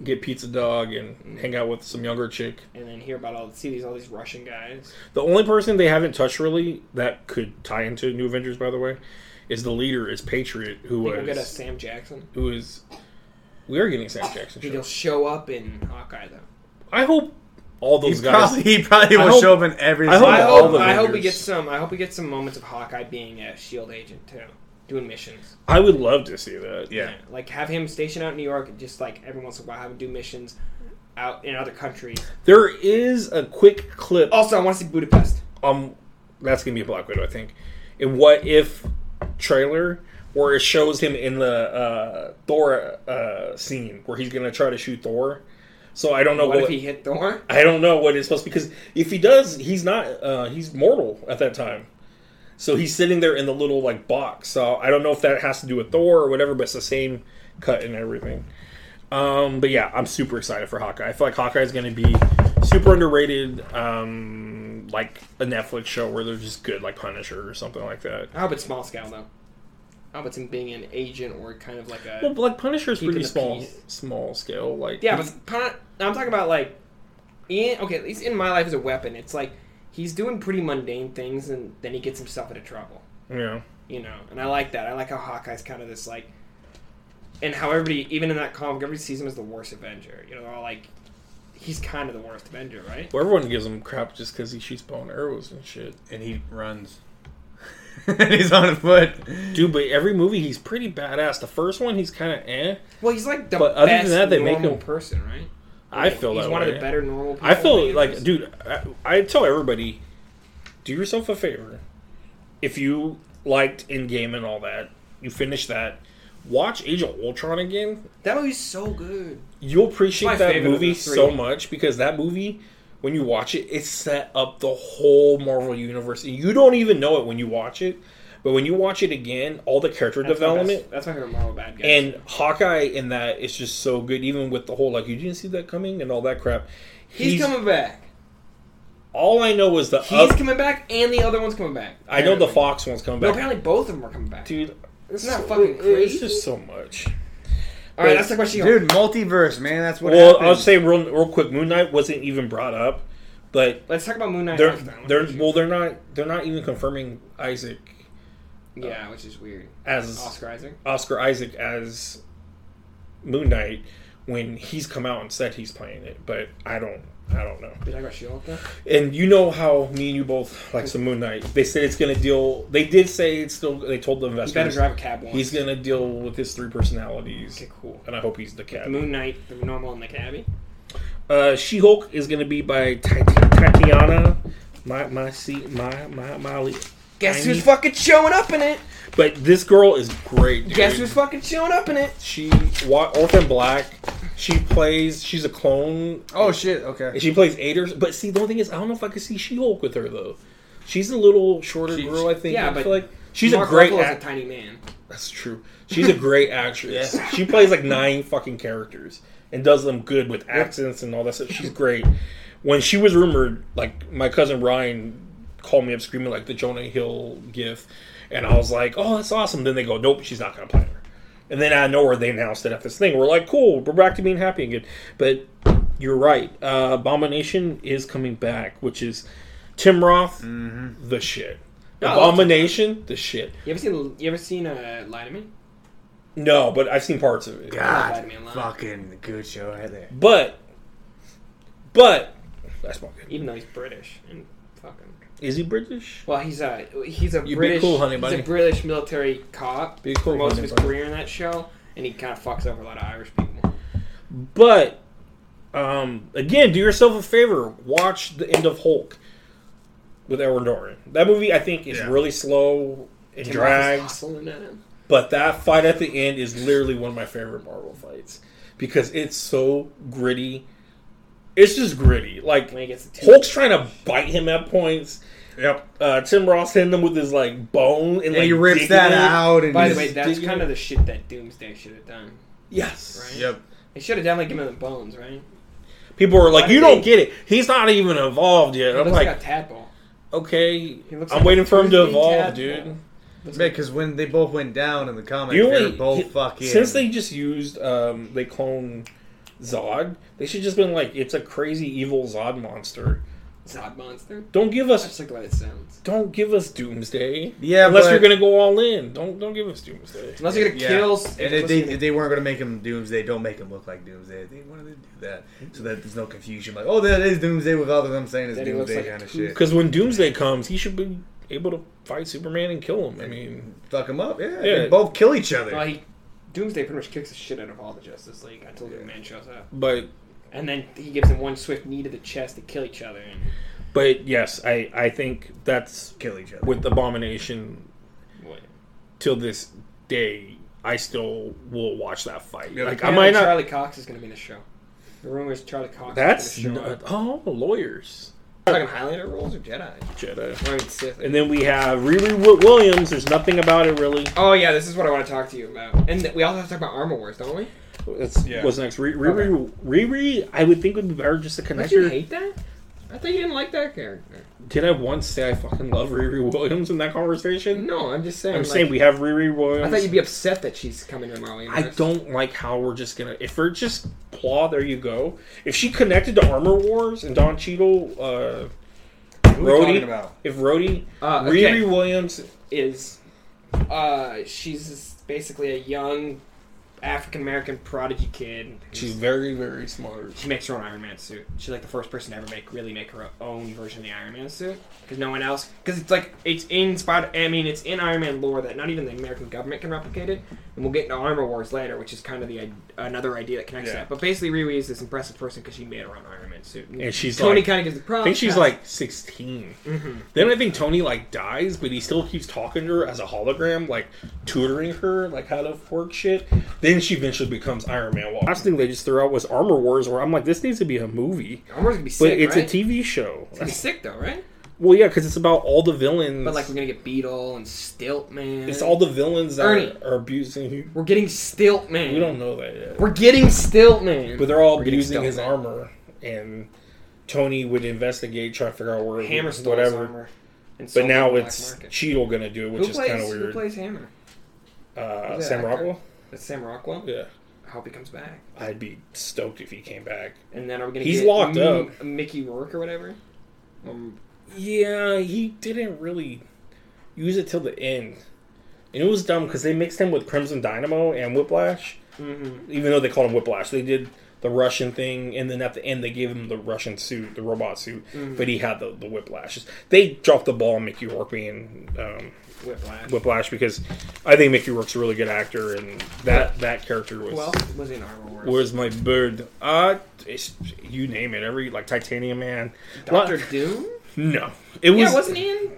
S1: get pizza dog, and hang out with some younger chick.
S3: and then hear about all see these all these Russian guys.
S1: The only person they haven't touched really that could tie into New Avengers, by the way, is the leader is Patriot, who
S3: Think we'll get a
S1: was
S3: Sam Jackson.
S1: who is. We are getting Sam Jackson.
S3: He'll
S1: Sure.
S3: show up in Hawkeye though.
S1: I hope all
S2: he,
S1: those guys.
S2: probably, he probably
S1: I
S2: will
S1: hope-
S2: show up in every.
S1: I hope
S3: I
S2: single
S1: all
S3: hope
S1: the
S2: one.
S3: I hope we
S1: Avengers.
S3: get some. I hope we get some moments of Hawkeye being a Shield E agent too, doing missions.
S1: I would love to see that.
S2: Yeah.
S3: like have him stationed out in New York, and just like every once in a while, have him do missions out in other countries.
S1: There is a quick clip.
S3: Also, I want to see Budapest.
S1: um that's gonna be a Black Widow, I think. In what if trailer where it shows him in the uh, Thor uh, scene where he's gonna try to shoot Thor. So I don't know
S3: What
S1: what,
S3: if he hit Thor?
S1: I don't know what it's supposed to because if he does, he's not uh, he's mortal at that time. So he's sitting there in the little like box. So I don't know if that has to do with Thor or whatever, but it's the same cut and everything. Um, but yeah, I'm super excited for Hawkeye. I feel like Hawkeye is going to be super underrated, um, like a Netflix show where they're just good, like Punisher or something like that.
S3: I hope it's small scale though. I hope it's him being an agent or kind of like
S1: Well,
S3: a
S1: like Punisher is
S3: Keeping
S1: pretty
S3: the
S1: small,
S3: peace.
S1: small scale. Like
S3: yeah. But it's kind of- I'm talking about like in okay, at least in my life as a weapon, it's like he's doing pretty mundane things, and then he gets himself into trouble.
S1: yeah,
S3: you know, and I like that. I like how Hawkeye's kind of this like, and how everybody, even in that comic, everybody sees him as the worst Avenger. You know, they're all like, he's kind of the worst Avenger, right?
S1: well, everyone gives him crap just because he shoots bow and arrows and shit.
S2: And he runs. he's on foot.
S1: Dude, but every movie he's pretty badass. The first one he's kind of eh.
S3: Well, he's like the
S1: But other
S3: best
S1: than that, they make
S3: normal
S1: him-
S3: person, right?
S1: I
S3: Like,
S1: feel
S3: he's
S1: that
S3: one
S1: way.
S3: of the better normal. people
S1: I
S3: in
S1: feel
S3: the
S1: like,
S3: universe.
S1: dude, I, I tell everybody, do yourself a favor. If you liked In Game and all that, you finish that. Watch Age of Ultron again.
S3: that movie's so good.
S1: You'll
S3: my
S1: appreciate that
S3: favorite of
S1: movie
S3: the three.
S1: so much because that movie, when you watch it, it set up the whole Marvel universe. And you don't even know it when you watch it, but when you watch it again, all the character
S3: That's my
S1: development
S3: best- That's my favorite Marvel bad guy.
S1: and Hawkeye in that is just so good. Even with the whole like you didn't see that coming and all that crap.
S3: he's, coming back.
S1: All I know was the
S3: He's
S1: up-
S3: coming back, and the other one's coming back.
S1: I know the
S3: Apparently.
S1: Fox one's coming
S3: No,
S1: back.
S3: apparently both of them are coming back.
S1: Dude, it's
S3: Isn't that fucking crazy?
S1: It's just so much.
S3: all right,
S1: but-
S3: that's the question.
S2: Dude, multiverse, man. That's what.
S1: well,
S2: happened.
S1: I'll say real, real quick, Moon Knight wasn't even brought up, but
S3: Let's talk about Moon Knight.
S1: they're
S3: after that one.
S1: they're well they're not they're not even confirming Isaac
S3: yeah, which is weird.
S1: as
S3: Oscar Isaac.
S1: Oscar Isaac as Moon Knight when he's come out and said he's playing it, but I don't I don't know.
S3: We talk about She-Hulk though.
S1: And you know how me and you both like some Moon Knight. They said it's going to deal. They did say it's still. They told the
S3: You better
S1: investors
S3: drive a cab once.
S1: he's going to deal with his three personalities,
S3: Okay, cool.
S1: and I hope he's the cat.
S3: Moon Knight, the normal and the cabbie.
S1: Uh, she Hulk is going to be by Tat- Tatiana. My my see my my Molly.
S3: Guess
S1: I
S3: who's
S1: need-
S3: fucking showing up in it?
S1: But this girl is great. Dude.
S3: Guess who's fucking showing up in it?
S1: she? Wa- Orphan Black. She plays. She's a clone.
S2: Oh shit. Okay.
S1: And she plays Aders. But see, the only thing is, I don't know if I could see She Hulk with her though. She's a little shorter
S2: She-
S1: girl, I think.
S3: yeah,
S1: I
S3: but-
S1: feel like She's
S3: Mark
S1: a great
S3: Ruffalo's a
S1: act-
S3: tiny man.
S1: That's true. She's a great actress. She plays like nine fucking characters and does them good with accents and all that stuff. She's great. When she was rumored, like my cousin Ryan called me up screaming like the Jonah Hill gif, and I was like, "Oh, that's awesome." Then they go, "Nope, she's not gonna play her." And then out of nowhere, they announced it at this thing. We're like, "Cool, we're back to being happy again." But you're right. Uh, Abomination is coming back, which is Tim Roth, the shit.
S3: Mm-hmm. I love Tim
S1: Abomination, the shit.
S3: You ever seen you ever seen uh, Lie to Me?
S1: No, but I've seen parts of it.
S2: God,
S3: Batman line.
S2: fucking good show right there.
S1: But, but that's not good.
S3: Even though he's British and fucking.
S1: Is he British?
S3: Well, he's a he's a
S1: You be
S3: British
S1: cool, honey
S3: he's
S1: bunny.
S3: a British military cop
S1: Be cool,
S3: for most
S1: honey
S3: of his
S1: bunny.
S3: career in that show, and he kind of fucks over a lot of Irish people.
S1: But, um, again, do yourself a favor. Watch the end of Hulk with Edward Norton. That movie, I think, is
S2: Yeah.
S1: really slow. It
S3: Tim Roth is
S1: drags,
S3: hustling at him.
S1: but that fight at the end is literally one of my favorite Marvel fights because it's so gritty. It's just gritty. Like
S3: When he gets the
S1: Hulk's trying to bite him at points.
S2: Yep.
S1: uh, Tim Ross hitting them with his like bone, and
S2: And
S1: like,
S2: he rips
S1: digging
S2: that
S1: it.
S2: out. And
S3: By the
S2: he's-
S3: way, that's
S1: digging
S3: kind of the shit that Doomsday should have done.
S1: Yes,
S3: Right.
S2: Yep.
S3: They should have definitely given him the bones, right?
S1: people are like,
S3: Why
S1: "You
S3: did
S1: don't
S3: they-
S1: get it. He's not even involved yet."
S3: He
S1: I'm
S3: looks
S1: like,
S3: like, a tadpole.
S1: "Okay,
S3: He looks
S1: I'm
S3: like
S1: waiting
S3: a
S1: for him to
S3: Thursday
S1: evolve,
S3: tadpole.
S1: dude."
S3: Looks like-
S2: Because when they both went down in the comic,
S1: You
S2: they were
S1: only
S2: both
S1: he-
S2: fucking.
S1: since they just used um, they clone Zod, they should just been like, "It's a crazy evil Zod monster."
S3: Zod monster.
S1: Don't give
S3: I
S1: us,
S3: just like the way it sounds.
S1: don't give us Doomsday.
S2: yeah,
S1: Unless
S2: but,
S1: you're gonna go all in, don't don't give us Doomsday.
S3: Unless you're gonna
S2: Yeah.
S3: kill,
S2: And if they, if they weren't going to make him Doomsday, don't make him look like Doomsday. They wanted to do that so that there's no confusion. Like, oh, that is Doomsday without them saying it's
S3: That he looks
S2: Doomsday
S3: like a
S2: kind of
S3: kook.
S2: shit.
S1: Because when Doomsday comes, he should be able to fight Superman and kill him. I mean,
S2: Fuck him up. Yeah, Oh,
S1: Yeah.
S2: they both kill each other.
S3: well, he, Doomsday pretty much kicks the shit out of all the Justice League until the man shows up,
S1: but
S3: and then he gives them one swift knee to the chest to kill each other. And
S1: But yes, I, I think that's
S2: kill each other.
S1: with Abomination
S3: what?
S1: till this day. I still will watch that fight.
S2: Yeah.
S1: Like I
S3: Apparently
S1: might not.
S3: Charlie Cox is gonna be in the show. The rumor is Charlie Cox.
S1: That's
S3: is gonna show
S1: not,
S3: up.
S1: oh lawyers
S3: Talking Highlander rules or Jedi?
S1: Jedi.
S3: Or even Sith.
S1: And then we have Riri Wi- Williams. There's nothing about it really.
S3: oh yeah, this is what I want to talk to you about. And th- we also have to talk about Armor Wars, don't we?
S1: That's
S2: Yeah.
S1: what's next. Ri- Riri, Riri, I would think would be better just to
S3: Don't
S1: connect
S3: you
S1: her.
S3: hate that? I thought you didn't like that character.
S1: Did I once say I fucking love Riri Williams in that conversation?
S3: No, I'm just saying.
S1: I'm
S3: Mm-hmm. like,
S1: saying we have Riri Williams.
S3: I thought you'd be upset that she's coming to the Marvel
S1: I
S3: Universe.
S1: don't like how we're just gonna. If we're just claw, there you go. If she connected to Armor Wars and Don Cheadle, uh,
S2: Who are we
S1: Rhodey?
S2: talking about?
S1: if Rhodey,
S3: Uh, okay.
S1: Riri Williams,
S3: is uh she's basically a young African American prodigy kid.
S1: she's very very smart.
S3: she makes her own Iron Man suit. She's like the first person to ever make really make her own version of the Iron Man suit because no one else because it's like it's in Spider. I mean, it's in Iron Man lore that not even the American government can replicate it. And we'll get into Armor Wars later, which is kind of the i- another idea that connects
S2: Yeah.
S3: that. But basically, Riri is this impressive person because she made her own Iron Man suit.
S1: And she's
S3: Tony Mm-hmm.
S1: like-
S3: kind of gives the problem.
S1: I think she's like 16. Then I think Tony like dies, but he still keeps talking to her as a hologram, like tutoring her, like how to work shit. Then she eventually becomes Iron Man. Well, last thing they just threw out was Armor Wars, where I'm like, this needs to be a movie,
S3: Armor Wars gonna be sick,
S1: but it's
S3: right?
S1: a TV show.
S3: It's gonna be sick though, right?
S1: Well, yeah, because it's about all the villains.
S3: But like we're gonna get Beetle and Stiltman.
S1: It's all the villains that
S3: Ernie.
S1: are abusing him.
S3: We're getting Stiltman.
S1: We don't know that yet.
S3: We're getting Stiltman.
S1: But they're all
S3: We're getting
S1: abusing his
S3: Stiltman.
S1: armor, and Tony would investigate, try to figure out where
S3: Hammer stole his
S1: whatever.
S3: armor. And sold
S1: But
S3: it on
S1: now
S3: the black
S1: it's
S3: market.
S1: Cheadle gonna do, it, which
S3: Who
S1: is
S3: plays,
S1: kind of
S3: Who
S1: weird.
S3: plays Hammer?
S1: uh,
S3: who's that
S1: Sam
S3: actor?
S1: Rockwell.
S3: That's Sam Rockwell.
S1: Yeah,
S3: I hope he comes back.
S1: I'd be stoked if he came back.
S3: And then are we gonna
S1: He's
S3: get
S1: locked up.
S3: Mickey Rourke or whatever? Um,
S1: Yeah, he didn't really use it till the end, and it was dumb because they mixed him with Crimson Dynamo and Whiplash.
S3: mhm.
S1: even though they called him Whiplash, they did the Russian thing, and then at the end they gave him the Russian suit, the robot suit,
S3: Mm-hmm.
S1: but he had the, the Whiplashes. They dropped the ball on Mickey Rourke being um,
S3: Whiplash.
S1: Whiplash because I think Mickey Rourke's a really good actor, and that that character was
S3: Who else was in Armor Wars?
S1: was my bird. Uh, it's, you name it, every like Titanium Man.
S3: Doctor
S1: Not-
S3: Doom?
S1: no, it was.
S3: yeah, wasn't he in?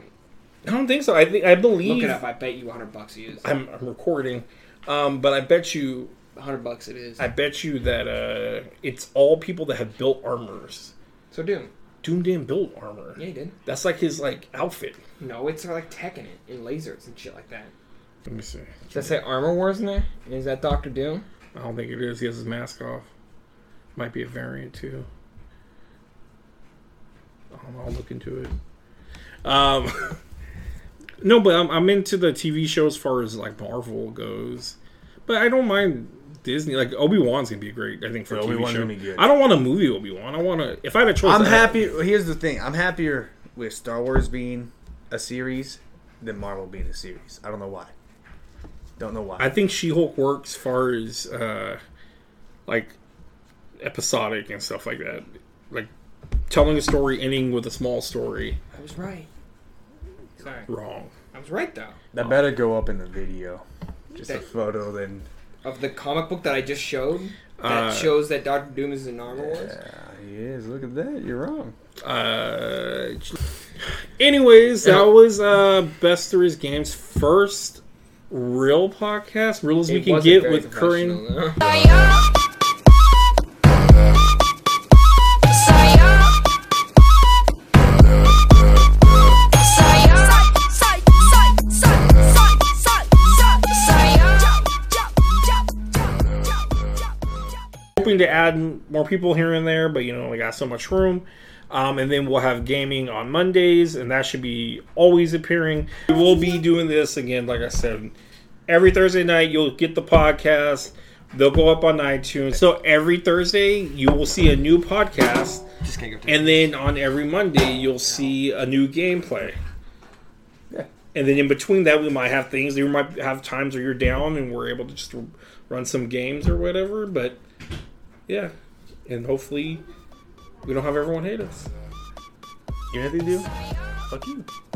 S1: I don't think so. I think I believe
S3: Look it up. I bet you 100 bucks he is.
S1: I'm, I'm recording, um, but I bet you
S3: 100 bucks it is.
S1: I bet you that uh, it's all people that have built armors.
S3: so Doom.
S1: Doomdam built armor.
S3: Yeah, he did.
S1: That's like his like outfit.
S3: No, it's like tech in it, and lasers and shit like that.
S1: Let me see.
S3: Does that say Armor Wars in there? And Is that Doctor Doom?
S1: I don't think it is. He has his mask off. Might be a variant too. I don't know. I'll look into it. Um, no, but I'm, I'm into the TV show as far as like Marvel goes. But I don't mind Disney. Like Obi Wan's gonna be great. I think for a
S2: Yeah,
S1: TV
S2: Obi-Wan's
S1: show.
S2: gonna be good.
S1: I don't want a movie Obi Wan. I want to. If I had a choice,
S2: I'm
S1: I'd-
S2: happy. Here's the thing. I'm happier with Star Wars being a series than Marvel being a series. I don't know why. Don't know why.
S1: I think She Hulk works as far as uh, like episodic and stuff like that. Like telling a story ending with a small story.
S3: I was right. Sorry,
S1: Wrong.
S3: I was right though.
S2: that better go up in the video. Just a
S3: That-
S2: photo. Then
S3: Of the comic book that I just showed, that
S1: Uh,
S3: shows that Doctor Doom is in Armor Wars.
S2: yeah, he is. Look at that. You're wrong.
S1: Uh, anyways, that was uh, best there is games first real podcast, real as we
S3: It
S1: can
S3: wasn't
S1: get
S3: very
S1: with current.
S3: professional, though.
S1: Hoping to add more people here and there, but you know, we got so much room. Um, and then we'll have gaming on Mondays, and that should be always appearing. We will be doing this again, like I said, every Thursday night. You'll get the podcast. They'll go up on iTunes. So every Thursday, you will see a new podcast,
S3: Just can't go to
S1: and then on every Monday, you'll see a new gameplay.
S2: Yeah.
S1: and then in between that we might have things you might have times where you're down and we're able to just run some games or whatever but yeah and hopefully we don't have everyone hate us
S2: You know what they do? Fuck you.